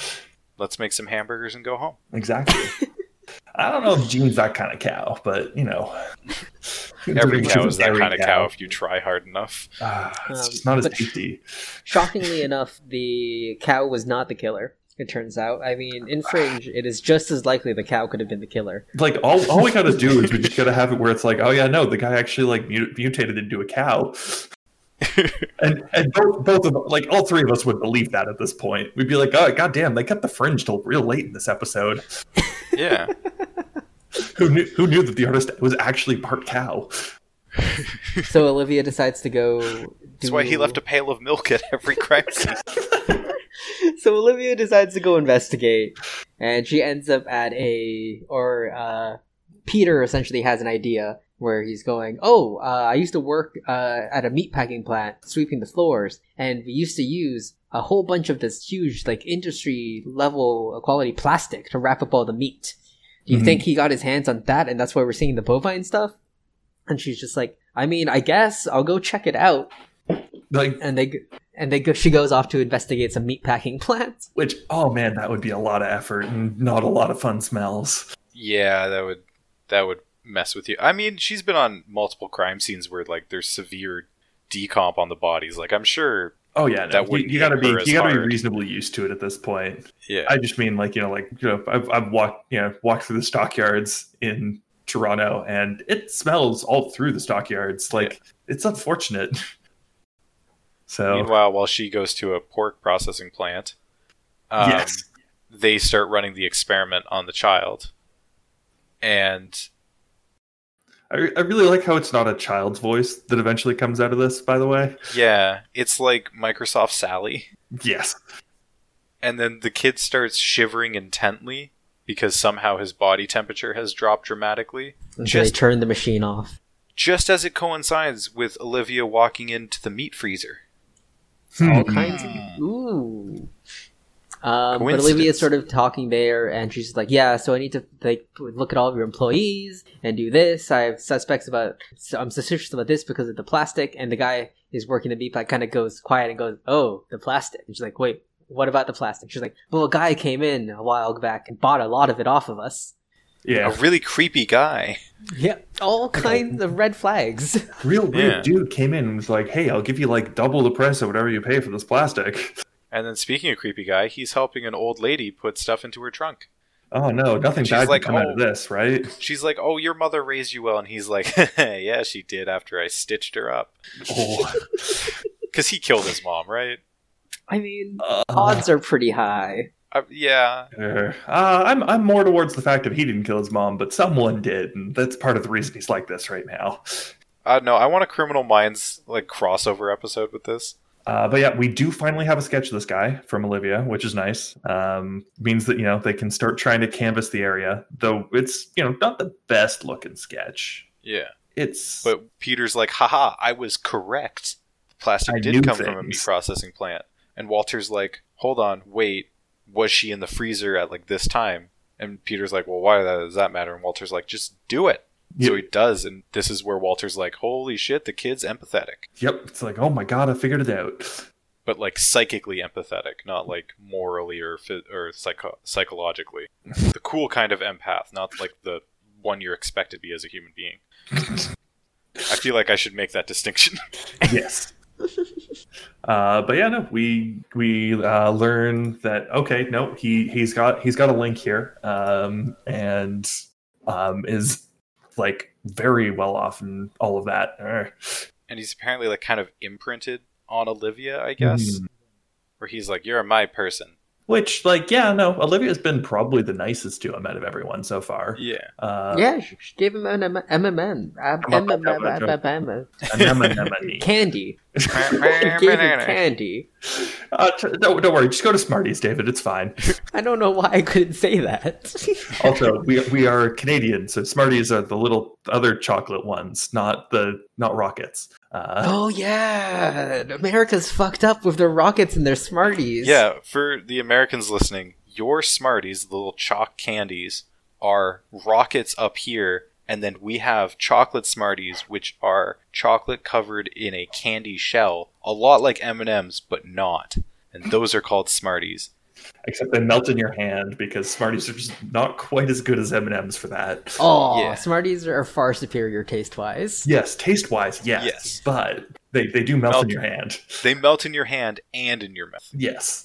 Speaker 3: Let's make some hamburgers and go home.
Speaker 2: Exactly. I don't know if Gene's that kind of cow, but you know,
Speaker 3: Every cow is that
Speaker 2: Every
Speaker 3: kind of cow if you try hard enough.
Speaker 2: Ah, it's
Speaker 1: Um,
Speaker 2: just not as
Speaker 1: but-
Speaker 2: tasty.
Speaker 1: Shockingly enough, the cow was not the killer. It turns out. I mean, in Fringe, it is just as likely the cow could have been the killer.
Speaker 2: like all, all we gotta do is we just gotta have it where it's like oh yeah no the guy actually like mut- mutated into a cow and and both, both of like all three of us would believe that at this point we'd be like oh goddamn they kept the fringe till real late in this episode
Speaker 3: Yeah.
Speaker 2: who knew who knew that the artist was actually part cow
Speaker 1: So Olivia decides to go. Do...
Speaker 3: That's why he left a pail of milk at every crime scene.
Speaker 1: so Olivia decides to go investigate, and she ends up at a or uh, Peter essentially has an idea where he's going. Oh, uh, I used to work uh, at a meatpacking plant, sweeping the floors, and we used to use a whole bunch of this huge like industry level quality plastic to wrap up all the meat. Do you
Speaker 2: Mhm.
Speaker 1: think he got his hands on that, and that's why we're seeing the bovine stuff? And she's just like, I mean, I guess I'll go check it out
Speaker 2: like
Speaker 1: and they g- and they go, she goes off to investigate some meatpacking plants.
Speaker 2: which oh man that would be a lot of effort and not a lot of fun smells
Speaker 3: Yeah, that would that would mess with you. I mean, she's been on multiple crime scenes where like there's severe decomp on the bodies. Like I'm sure
Speaker 2: oh yeah no,
Speaker 3: That
Speaker 2: you,
Speaker 3: wouldn't
Speaker 2: you gotta
Speaker 3: hit
Speaker 2: be
Speaker 3: her as
Speaker 2: you gotta be
Speaker 3: hard.
Speaker 2: reasonably used to it at this point
Speaker 3: yeah.
Speaker 2: I just mean like you know, like you know, I've, I've walked you know walked through the stockyards in Toronto, and it smells all through the stockyards. Like it's unfortunate. So
Speaker 3: Meanwhile, while she goes to a pork processing plant, um,
Speaker 2: yes,
Speaker 3: they start running the experiment on the child. And
Speaker 2: I, I really like how it's not a child's voice that eventually comes out of this. By the way,
Speaker 3: yeah, it's like Microsoft Sally.
Speaker 2: yes,
Speaker 3: And then the kid starts shivering intently because somehow his body temperature has dropped dramatically.
Speaker 1: And so
Speaker 3: Just-
Speaker 1: they turn the machine off.
Speaker 3: Just as it coincides with Olivia walking into the meat freezer.
Speaker 1: All
Speaker 2: Hmm.
Speaker 1: kinds of ooh. Um, but
Speaker 3: Coincidence.
Speaker 1: Olivia's sort of talking there, and she's like, "Yeah, so I need to like look at all of your employees and do this. I have suspects about. So I'm suspicious about this because of the plastic." And the guy is working the meatpack kind of goes quiet and goes, "Oh, the plastic." And she's like, "Wait, what about the plastic?" She's like, "Well, a guy came in a while back and bought a lot of it off of us."
Speaker 2: yeah,
Speaker 3: A really creepy guy.
Speaker 1: Yeah, all kinds of red flags.
Speaker 2: real weird
Speaker 3: Yeah.
Speaker 2: dude came in and was like, "Hey, I'll give you like double the price of whatever you pay for this plastic."
Speaker 3: And then, speaking of creepy guy, he's helping an old lady put stuff into her trunk.
Speaker 2: Oh no, nothing
Speaker 3: She's
Speaker 2: bad
Speaker 3: like,
Speaker 2: can come out of
Speaker 3: "Oh."
Speaker 2: this, right?
Speaker 3: She's like, "Oh, your mother raised you well," and he's like, "Yeah, she did after I stitched her up."
Speaker 2: Oh.
Speaker 3: Because he killed his mom, right?
Speaker 1: I mean,
Speaker 2: Uh,
Speaker 3: "Oh,
Speaker 1: odds are pretty high.
Speaker 3: Uh, yeah,
Speaker 2: Sure. Uh, I'm I'm more towards the fact that he didn't kill his mom, but someone did, and that's part of the reason he's like this right now.
Speaker 3: I don't know. I want a Criminal Minds like crossover episode with this.
Speaker 2: Uh, but yeah, we do finally have a sketch of this guy from Olivia, which is nice. Um, means that you know they can start trying to canvas the area, though it's you know not the best looking sketch.
Speaker 3: Yeah.
Speaker 2: It's
Speaker 3: But Peter's like, haha, I was correct. Plastic
Speaker 2: I knew
Speaker 3: did come from a meat
Speaker 2: things.
Speaker 3: processing plant. And Walter's like, hold on, wait, was she in the freezer at like this time? And Peter's like, well, why does that matter? And Walter's like, just do it. So
Speaker 2: Yeah.
Speaker 3: he does, and this is where Walter's like, holy shit, the kid's empathetic.
Speaker 2: yep, it's like oh my god, I figured it out.
Speaker 3: But like psychically empathetic, not like morally or phy- or psycho- psychologically. The cool kind of empath, not like the one you're expected to be as a human being. I feel like I should make that distinction.
Speaker 2: yes. Uh, but yeah, no, we we uh, learn that okay, no, he he's got he's got a link here, um, and um, is like very well off and all of that. Er.
Speaker 3: and he's apparently like kind of imprinted on Olivia, I guess,
Speaker 1: Hmm.
Speaker 2: Mhm.
Speaker 3: where he's like, "You're my person."
Speaker 2: Which like yeah, no, Olivia's been probably the nicest to him out of everyone so far.
Speaker 3: Yeah,
Speaker 2: Uh,
Speaker 1: yeah, she, she gave him an M- MMM. Uh,
Speaker 2: on, come on,
Speaker 1: MMM,
Speaker 2: come on.
Speaker 1: MMM.
Speaker 2: anemone.
Speaker 1: Candy. She gave him candy.
Speaker 2: Uh, t- don't, don't worry, just go to Smarties, David. It's fine.
Speaker 1: I don't know why I couldn't say that.
Speaker 2: Also, we we are Canadian, so Smarties are the little other chocolate ones, not the not rockets. Uh,
Speaker 1: oh yeah, America's fucked up with their rockets and their Smarties.
Speaker 3: yeah. For the Americans listening, your Smarties, the little chalk candies, are rockets up here, and then we have chocolate Smarties, which are chocolate covered in a candy shell, a lot like M and M's, but not. And those are called Smarties.
Speaker 2: except they melt in your hand because Smarties are just not quite as good as M and M's for that.
Speaker 1: Oh,
Speaker 3: Yeah.
Speaker 1: Smarties are far superior taste wise.
Speaker 2: Yes, taste wise, yes,
Speaker 3: Yes.
Speaker 2: but they they do melt in
Speaker 3: Melt.
Speaker 2: your hand.
Speaker 3: They melt in your hand and in your mouth.
Speaker 2: Yes,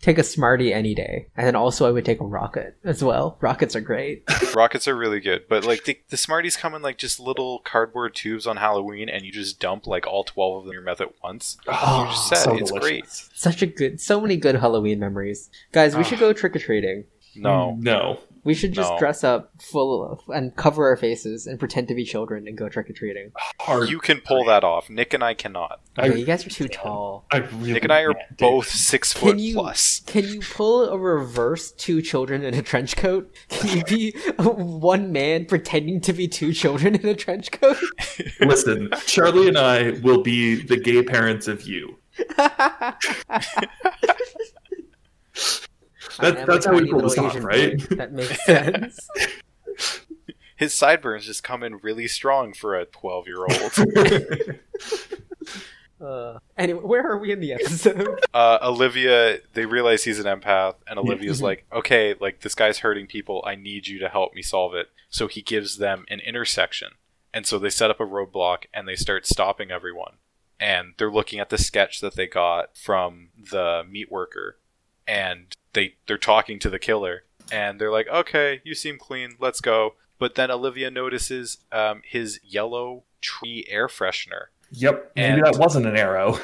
Speaker 1: Take a Smartie any day, and then also I would take a rocket as well. Rockets are great.
Speaker 3: Rockets are really good, but like the, the Smarties come in like just little cardboard tubes on Halloween, and you just dump like all twelve of them in your mouth at once.
Speaker 2: oh,
Speaker 3: you just said it's great.
Speaker 1: Such a good, so many good Halloween memories, guys. We should
Speaker 3: Ah.
Speaker 1: go trick or treating.
Speaker 3: No,
Speaker 2: Mm, no,
Speaker 1: We should just
Speaker 3: No.
Speaker 1: dress up full of, and cover our faces and pretend to be children and go trick or treating.
Speaker 2: hard.
Speaker 3: you can pull that off. Nick and I cannot.
Speaker 2: I,
Speaker 1: you guys are too
Speaker 2: can't.
Speaker 1: tall.
Speaker 2: I really
Speaker 3: Nick and I are
Speaker 2: can't, dude.
Speaker 3: both six foot
Speaker 1: you-
Speaker 3: plus.
Speaker 1: Can you pull a reverse two children in a trench coat? Can you be one man pretending to be two children in a trench coat?
Speaker 2: Listen, Charlie and I will be the gay parents of you.
Speaker 1: I am
Speaker 2: That,
Speaker 1: a
Speaker 2: that's how we
Speaker 1: tiny
Speaker 2: pull this
Speaker 1: little
Speaker 2: off,
Speaker 1: Asian
Speaker 2: right?
Speaker 1: boy. That makes sense.
Speaker 3: His sideburns just come in really strong for a twelve-year-old.
Speaker 1: Uh, anyway, where are we in the episode?
Speaker 3: uh, Olivia, they realize he's an empath, and Olivia's
Speaker 1: Mhm.
Speaker 3: like, "Okay, like this guy's hurting people. I need you to help me solve it." So he gives them an intersection, and so they set up a roadblock and they start stopping everyone. And they're looking at the sketch that they got from the meat worker, and they they're talking to the killer, and they're like, "Okay, you seem clean. Let's go." But then Olivia notices um, his yellow tree air freshener
Speaker 2: Yep. Maybe
Speaker 3: And-
Speaker 2: that wasn't an arrow.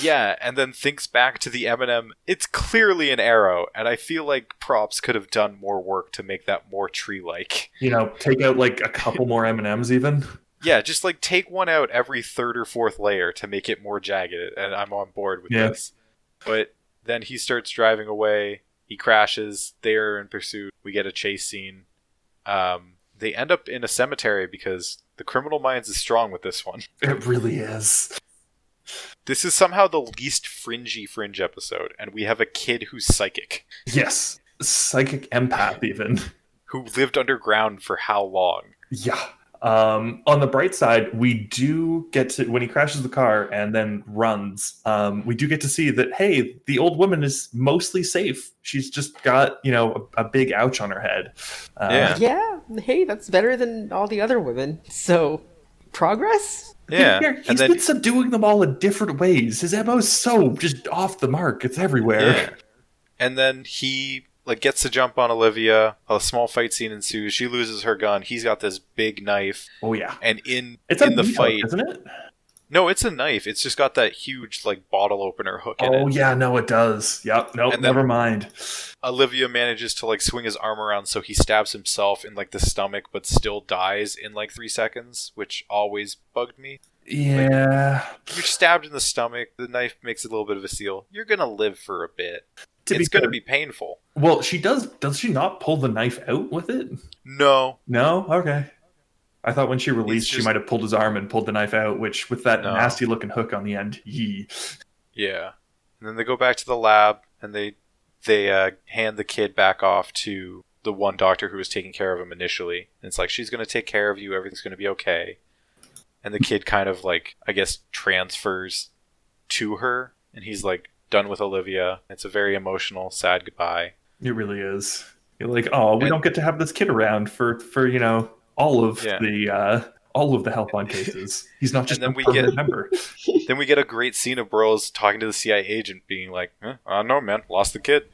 Speaker 3: yeah, and then thinks back to the Eminem. It's clearly an arrow, and I feel like props could have done more work to make that more tree-like.
Speaker 2: You know, take out like a couple more M and M's, even.
Speaker 3: Yeah, just like take one out every third or fourth layer to make it more jagged, and I'm on board with
Speaker 2: Yeah.
Speaker 3: this. But then he starts driving away. He crashes. They are in pursuit. We get a chase scene. Um, they end up in a cemetery because the criminal minds is strong with this one.
Speaker 2: It really is.
Speaker 3: This is somehow the least fringy fringe episode, and we have a kid who's psychic.
Speaker 2: Yes, psychic empath, even.
Speaker 3: who lived underground for how long?
Speaker 2: Yeah. Um, on the bright side, we do get to when he crashes the car and then runs. Um, we do get to see that hey, the old woman is mostly safe. She's just got you know a, a big ouch on her head. Uh,
Speaker 3: Yeah.
Speaker 1: yeah, hey, that's better than all the other women. So, progress?
Speaker 3: Yeah,
Speaker 2: Here, he's
Speaker 3: and then
Speaker 2: been subduing them all in different ways. His MO's so just off the mark. It's everywhere.
Speaker 3: Yeah. and then he like gets the jump on Olivia. A small fight scene ensues. She loses her gun. He's got this big knife,
Speaker 2: Oh yeah.
Speaker 3: and in
Speaker 2: It's
Speaker 3: in
Speaker 2: a
Speaker 3: the
Speaker 2: meat hook,
Speaker 3: fight,
Speaker 2: isn't it?
Speaker 3: no, it's a knife. It's just got that huge like bottle opener hook in
Speaker 2: Oh
Speaker 3: it.
Speaker 2: yeah, no, it does. Yep. No,
Speaker 3: And then-
Speaker 2: never mind.
Speaker 3: Olivia manages to like swing his arm around, so he stabs himself in like the stomach, but still dies in like three seconds, which always bugged me.
Speaker 2: Yeah.
Speaker 3: You're stabbed in the stomach. The knife makes a little bit of a seal. You're gonna live for a bit.
Speaker 2: To
Speaker 3: it's gonna
Speaker 2: fair-
Speaker 3: be painful.
Speaker 2: Well, she does. Does she not pull the knife out with it?
Speaker 3: No,
Speaker 2: No. Okay. I thought when she released, she
Speaker 3: just-
Speaker 2: might have pulled his arm and pulled the knife out, which with that
Speaker 3: No.
Speaker 2: nasty looking hook on the end. Yee.
Speaker 3: Yeah, and then they go back to the lab and they they uh, hand the kid back off to the one doctor who was taking care of him initially. And it's like she's going to take care of you. Everything's going to be okay. And the kid kind of like I guess transfers to her, and he's like done with Olivia. It's a very emotional, sad goodbye.
Speaker 2: It really is. You're like, oh, we
Speaker 3: And-
Speaker 2: don't get to have this kid around for for you know all of
Speaker 3: Yeah.
Speaker 2: the uh, all of the helpline cases. He's not just
Speaker 3: then
Speaker 2: a
Speaker 3: we
Speaker 2: permanent
Speaker 3: get-
Speaker 2: member.
Speaker 3: then we get a great scene of Burrows talking to the CIA agent, being like, eh, "I don't know, man, lost the kid."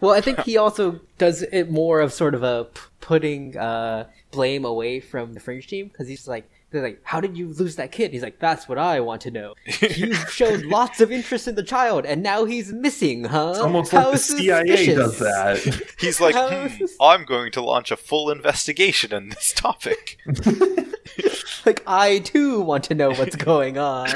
Speaker 1: Well, I think he also does it more of sort of a p- putting uh, blame away from the fringe team because he's like, they're like, "How did you lose that kid?" He's like, "That's what I want to know. You showed lots of interest in the child, and now he's missing, huh?"
Speaker 2: It's almost
Speaker 1: How
Speaker 2: like the CIA
Speaker 1: suspicious."
Speaker 2: does that.
Speaker 3: He's like,
Speaker 1: How-
Speaker 3: "Hmm, "I'm going to launch a full investigation on this topic."
Speaker 1: Like, I too want to know what's going on.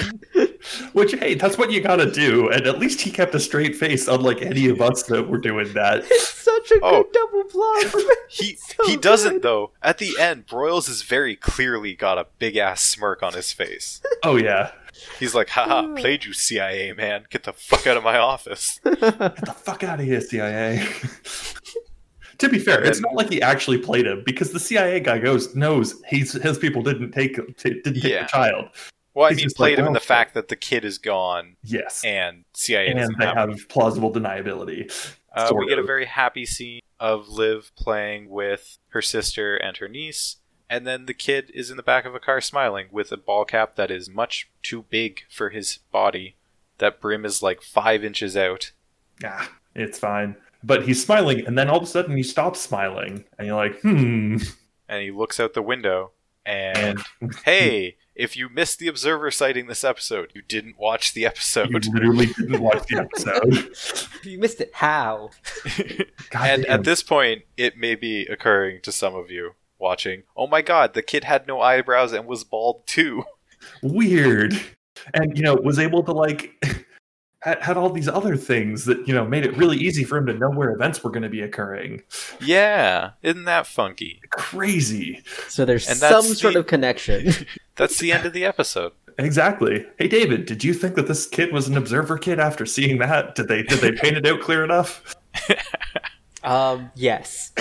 Speaker 2: Which, hey, that's what you gotta do. And at least he kept a straight face, unlike any of us that were doing that.
Speaker 1: it's such a
Speaker 3: Oh.
Speaker 1: good double plot.
Speaker 3: He
Speaker 1: So
Speaker 3: he doesn't
Speaker 1: good.
Speaker 3: though. At the end, Broyles has very clearly got a big ass smirk on his face.
Speaker 2: Oh yeah,
Speaker 3: He's like, haha, played you CIA man. Get the fuck out of my office.
Speaker 2: get the fuck out of here, CIA. to be fair, it's not like he actually played him because the CIA guy goes knows he's, his people didn't take t- didn't take
Speaker 3: Yeah.
Speaker 2: the child.
Speaker 3: Well, I
Speaker 2: He's
Speaker 3: mean
Speaker 2: just
Speaker 3: played
Speaker 2: like, "Oh,
Speaker 3: him in
Speaker 2: "Well,
Speaker 3: the fact that the kid is gone
Speaker 2: Yes,
Speaker 3: and CIA
Speaker 2: and,
Speaker 3: doesn't
Speaker 2: they
Speaker 3: have him.
Speaker 2: have plausible deniability.
Speaker 3: Uh,
Speaker 2: sort
Speaker 3: we get a
Speaker 2: of.
Speaker 3: very happy scene of Liv playing with her sister and her niece, and then the kid is in the back of a car smiling with a ball cap that is much too big for his body. That brim is like five inches out.
Speaker 2: Yeah, it's fine. But he's smiling, and then all of a sudden he stops smiling, and you're like, hmm.
Speaker 3: and he looks out the window and hey if you missed the observer sighting this episode you didn't watch the
Speaker 2: You
Speaker 3: episode
Speaker 2: literally didn't watch the episode.
Speaker 1: you missed it. How?
Speaker 3: and
Speaker 2: Goddamn.
Speaker 3: at this point it may be occurring to some of you watching oh my god the kid had no eyebrows and was bald too
Speaker 2: weird and you know was able to like had, had all these other things that you know made it really easy for him to know where events were going to be occurring
Speaker 3: yeah isn't that funky
Speaker 2: crazy
Speaker 1: So there's
Speaker 3: And
Speaker 1: some
Speaker 3: that's
Speaker 1: sort
Speaker 3: the-
Speaker 1: of connection.
Speaker 3: that's the end of the episode
Speaker 2: exactly hey david did you think that this kid was an observer kid after seeing that did they did they paint it out clear enough
Speaker 1: Um, yes.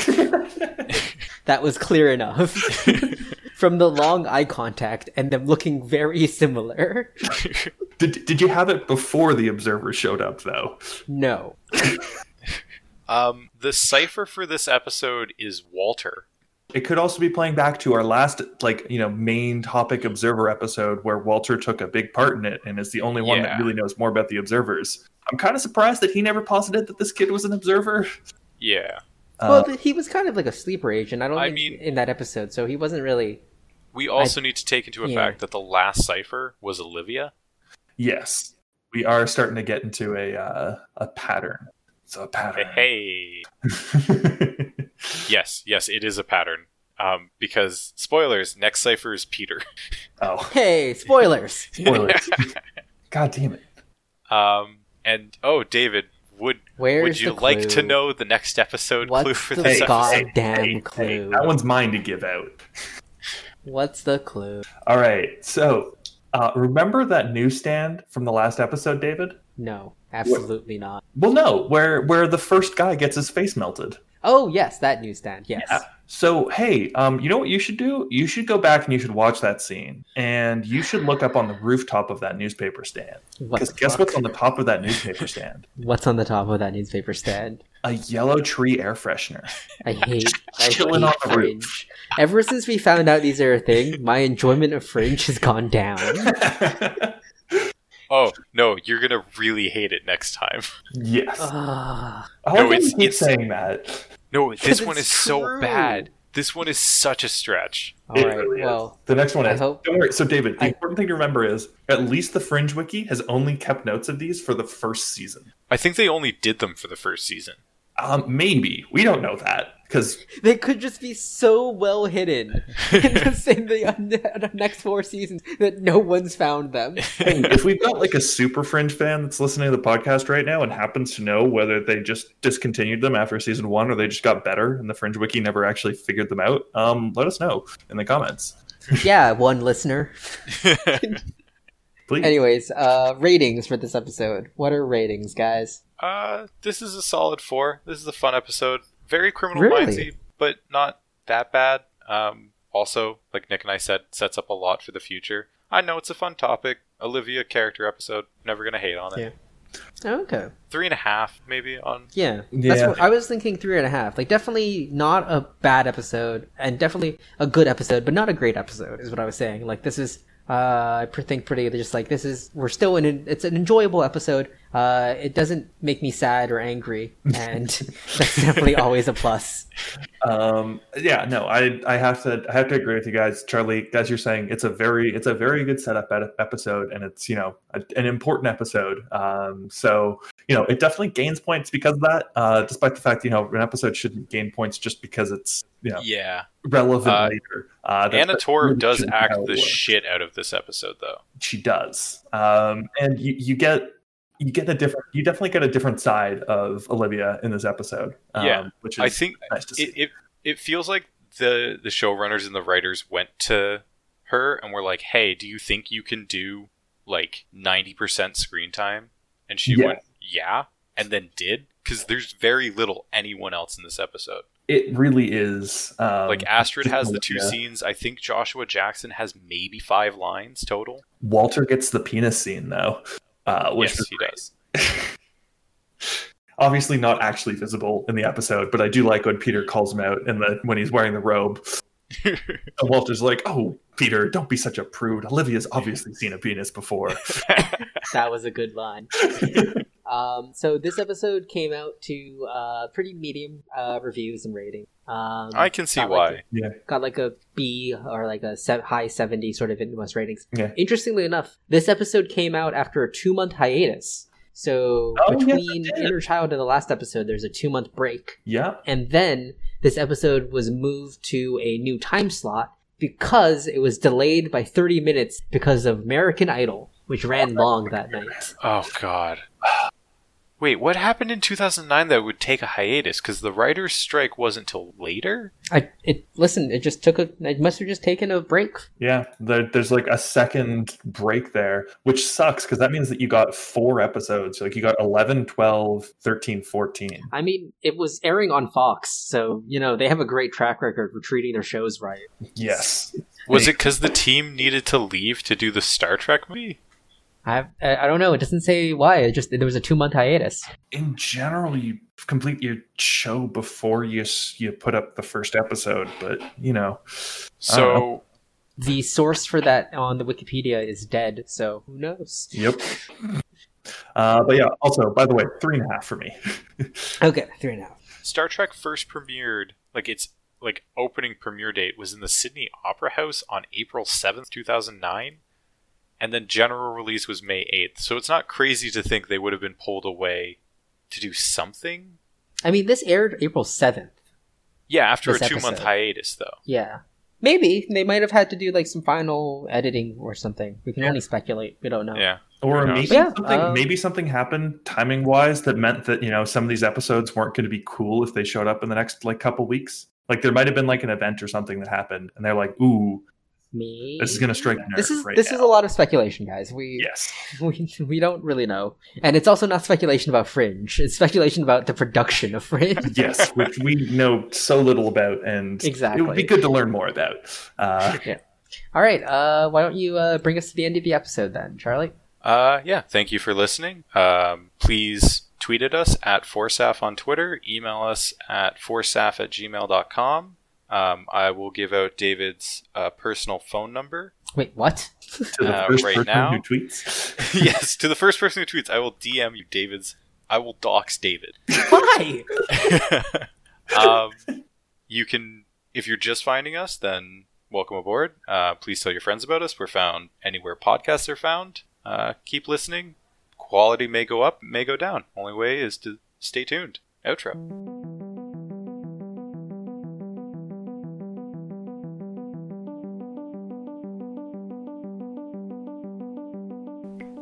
Speaker 1: that was clear enough. From the long eye contact and them looking very similar.
Speaker 2: did, did you have it before the observer showed up though
Speaker 1: No.
Speaker 3: um the cipher for this episode is walter
Speaker 2: it could also be playing back to our last like you know main topic observer episode where walter took a big part in it and is the only one that
Speaker 3: Yeah.
Speaker 2: really knows more about the observers i'm kind of surprised that he never posited that this kid was an observer
Speaker 3: yeah
Speaker 1: well,
Speaker 2: uh,
Speaker 1: th- he was kind of like a sleeper agent. I don't
Speaker 3: I
Speaker 1: think
Speaker 3: mean-
Speaker 1: in that episode, so he wasn't really.
Speaker 3: we also need to take into
Speaker 1: yeah.
Speaker 3: effect that the last cipher was olivia
Speaker 2: yes we are starting to get into a uh, a pattern it's a pattern
Speaker 3: hey Yes, yes, it is a pattern. Um, because spoilers, next cipher is Peter.
Speaker 2: oh
Speaker 1: Hey, spoilers!
Speaker 2: spoilers god damn it
Speaker 3: Um, and oh, David, would
Speaker 1: Where's
Speaker 3: would you
Speaker 1: the
Speaker 3: like to
Speaker 1: clue?
Speaker 3: know the next episode clue
Speaker 1: What's
Speaker 3: for
Speaker 1: the
Speaker 3: this episode?
Speaker 1: goddamn clue?
Speaker 2: that one's mine to give out
Speaker 1: What's the clue?
Speaker 2: all right so uh, remember that newsstand from the last episode david
Speaker 1: No, absolutely not.
Speaker 2: Well, no, where where the first guy gets his face melted.
Speaker 1: Oh, yes, that newsstand, yes.
Speaker 2: Yeah. So hey, um, you know what you should do? You should go back and you should watch that scene, and you should look up on the rooftop of that newspaper stand.
Speaker 1: What
Speaker 2: Because
Speaker 1: the
Speaker 2: guess
Speaker 1: fuck?
Speaker 2: what's on the top of that newspaper stand?
Speaker 1: What's on the top of that newspaper stand?
Speaker 2: A yellow tree air freshener.
Speaker 1: I hate, I
Speaker 2: Chilling
Speaker 1: hate
Speaker 2: on the
Speaker 1: Fringe. Ever since we found out these are a thing, my enjoyment of Fringe has gone down.
Speaker 3: Oh no, you're gonna really hate it next time.
Speaker 2: yes.
Speaker 1: Uh, Ugh.
Speaker 2: I
Speaker 3: no,
Speaker 2: like
Speaker 3: it's-
Speaker 2: it's, keep
Speaker 3: it's-
Speaker 2: saying that.
Speaker 3: No, this
Speaker 1: it's
Speaker 3: one is
Speaker 1: true.
Speaker 3: so bad. This one is such a stretch.
Speaker 1: All
Speaker 2: It
Speaker 1: right,
Speaker 2: really is.
Speaker 1: well,
Speaker 2: The next one
Speaker 1: I
Speaker 2: is.
Speaker 1: hope-
Speaker 2: Don't worry. So, David, the
Speaker 1: I-
Speaker 2: important thing to remember is at least the Fringe Wiki has only kept notes of these for the first season.
Speaker 3: I think they only did them for the first season.
Speaker 2: Um, maybe we don't know that because
Speaker 1: They could just be so well hidden in the, in the, in the next four seasons that no one's found them.
Speaker 2: if we've got like a super fringe fan that's listening to the podcast right now and happens to know whether they just discontinued them after season one or they just got better and the fringe wiki never actually figured them out, um, let us know in the comments,
Speaker 1: yeah, one listener.
Speaker 2: please.
Speaker 1: Anyways, uh, ratings for this episode. What are ratings, guys?
Speaker 3: Uh, this is a solid four. This is a fun episode. Very criminal
Speaker 1: Really?
Speaker 3: mindsy, but not that bad. Um, also, like Nick and I said, sets up a lot for the future. I know it's a fun topic. Olivia character episode. Never gonna hate on it.
Speaker 1: Yeah. Okay.
Speaker 3: Three and a half, maybe on.
Speaker 1: Yeah, that's
Speaker 2: Yeah.
Speaker 1: what I was thinking. Three and a half, like definitely not a bad episode, and definitely a good episode, but not a great episode, is what I was saying. Like this is, uh, I pr- think pretty just like this is we're still in. An, it's an enjoyable episode. Uh, it doesn't make me sad or angry, and that's definitely always a plus.
Speaker 2: um yeah no i i have to i have to agree with you guys charlie as you're saying it's a very it's a very good setup ed- episode and it's you know a, an important episode um so you know it definitely gains points because of that uh despite the fact you know an episode shouldn't gain points just because it's you know
Speaker 3: Yeah.
Speaker 2: relevant
Speaker 3: Uh,
Speaker 2: later uh that's-
Speaker 3: Anna
Speaker 2: that's
Speaker 3: Torv
Speaker 2: really
Speaker 3: does
Speaker 2: shouldn't be how
Speaker 3: act
Speaker 2: it
Speaker 3: the
Speaker 2: works
Speaker 3: shit out of this episode, though.
Speaker 2: she does um and you, you get you get a different you definitely get a different side of olivia in this episode um,
Speaker 3: Yeah.
Speaker 2: which is
Speaker 3: I think
Speaker 2: nice to see
Speaker 3: it, it it feels like the the showrunners and the writers went to her and were like, "Hey, do you think you can do like ninety percent screen time?" And she
Speaker 2: Yeah.
Speaker 3: went, "Yeah," and then did because there's very little anyone else in this episode.
Speaker 2: it really is um,
Speaker 3: like Astrid has the two
Speaker 2: yeah.
Speaker 3: scenes. I think Joshua Jackson has maybe five lines total.
Speaker 2: Walter gets the penis scene though, uh, which
Speaker 3: yes,
Speaker 2: is
Speaker 3: he does.
Speaker 2: obviously not actually visible in the episode, but I do like when Peter calls him out and the when he's wearing the robe. and Walter's like, "Oh, Peter, don't be such a prude. Olivia's obviously seen a penis before."
Speaker 1: That was a good line. Um, so this episode came out to uh, pretty medium uh, reviews and ratings. Um,
Speaker 3: I can see
Speaker 1: not
Speaker 3: why.
Speaker 1: like got like a B or like a se- high 70 sort of Infamous ratings.
Speaker 2: Yeah.
Speaker 1: Interestingly enough, this episode came out after a two month hiatus. So
Speaker 2: Oh, yes, it
Speaker 1: between
Speaker 2: did.
Speaker 1: Inner Child and the last episode, there's a two month break.
Speaker 2: yeah,
Speaker 1: And then this episode was moved to a new time slot because it was delayed by 30 minutes because of American Idol, which ran long that night.
Speaker 3: Oh God. Wait, what happened in 2009 that would take a hiatus? Because the writers' strike wasn't till later.
Speaker 1: I it listen, it just took a it must have just taken a break.
Speaker 2: yeah. There, there's like a second break there, which sucks because that means that you got four episodes. Like you got 11, 12, 13, 14.
Speaker 1: I mean, it was airing on Fox, so you know, they have a great track record for treating their shows right.
Speaker 2: Yes.
Speaker 3: Was it because the team needed to leave to do the Star Trek movie?
Speaker 1: I I I don't know. It doesn't say why. It just there was a two month hiatus.
Speaker 2: in general you complete your show before you s- you put up the first episode but you know
Speaker 3: So
Speaker 1: The source for that on the Wikipedia is dead, so who knows?
Speaker 2: yep uh, but yeah also by the way three and a half for me
Speaker 1: Okay, three and a half.
Speaker 3: Star Trek first premiered, like its like opening premiere date was in the Sydney Opera House on April seventh, two thousand nine, and then general release was May eighth. So it's not crazy to think they would have been pulled away to do something.
Speaker 1: I mean, this aired April seventh.
Speaker 3: Yeah, after
Speaker 1: This
Speaker 3: a two month
Speaker 1: episode.
Speaker 3: hiatus, though.
Speaker 1: Yeah, maybe they might have had to do like some final editing or something. We can only speculate. We don't know.
Speaker 3: Yeah.
Speaker 2: or
Speaker 3: Who knows?
Speaker 2: maybe
Speaker 1: Yeah,
Speaker 2: something
Speaker 1: uh,
Speaker 2: maybe something happened timing wise that meant that you know some of these episodes weren't going to be cool if they showed up in the next like couple weeks like there might have been like an event or something that happened and they're like ooh
Speaker 1: Me.
Speaker 2: this is going to strike a nerve
Speaker 1: This is
Speaker 2: right
Speaker 1: this
Speaker 2: now.
Speaker 1: is a lot of speculation, guys. We
Speaker 2: yes
Speaker 1: we we don't really know, and it's also not speculation about Fringe. It's speculation about the production of Fringe.
Speaker 2: yes, which we know so little about, and it would
Speaker 1: Exactly.
Speaker 2: be good to learn more about. Uh,
Speaker 1: All right, uh, why don't you uh, bring us to the end of the episode then, Charlie?
Speaker 3: Uh, yeah, thank you for listening. Um, please tweet at us at Forsaf on Twitter, email us at forsaf at gmail.com. Um, I will give out David's uh, personal phone number.
Speaker 1: Wait, what?
Speaker 2: to the
Speaker 3: Uh,
Speaker 2: first
Speaker 3: right
Speaker 2: person
Speaker 3: now?
Speaker 2: who tweets,
Speaker 3: yes, to the first person who tweets, I will DM you David's. I will dox David.
Speaker 1: Why?
Speaker 3: um, you can, if you're just finding us, then welcome aboard. Uh, please tell your friends about us. We're found anywhere podcasts are found. Uh, keep listening. Quality may go up, may go down. Only way is to stay tuned. Outro.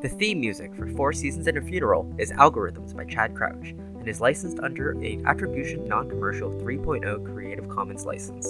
Speaker 1: The theme music for Four Seasons and a Funeral is Algorithms by Chad Crouch and is licensed under a Attribution Non Commercial 3.0 Creative oh Commons license.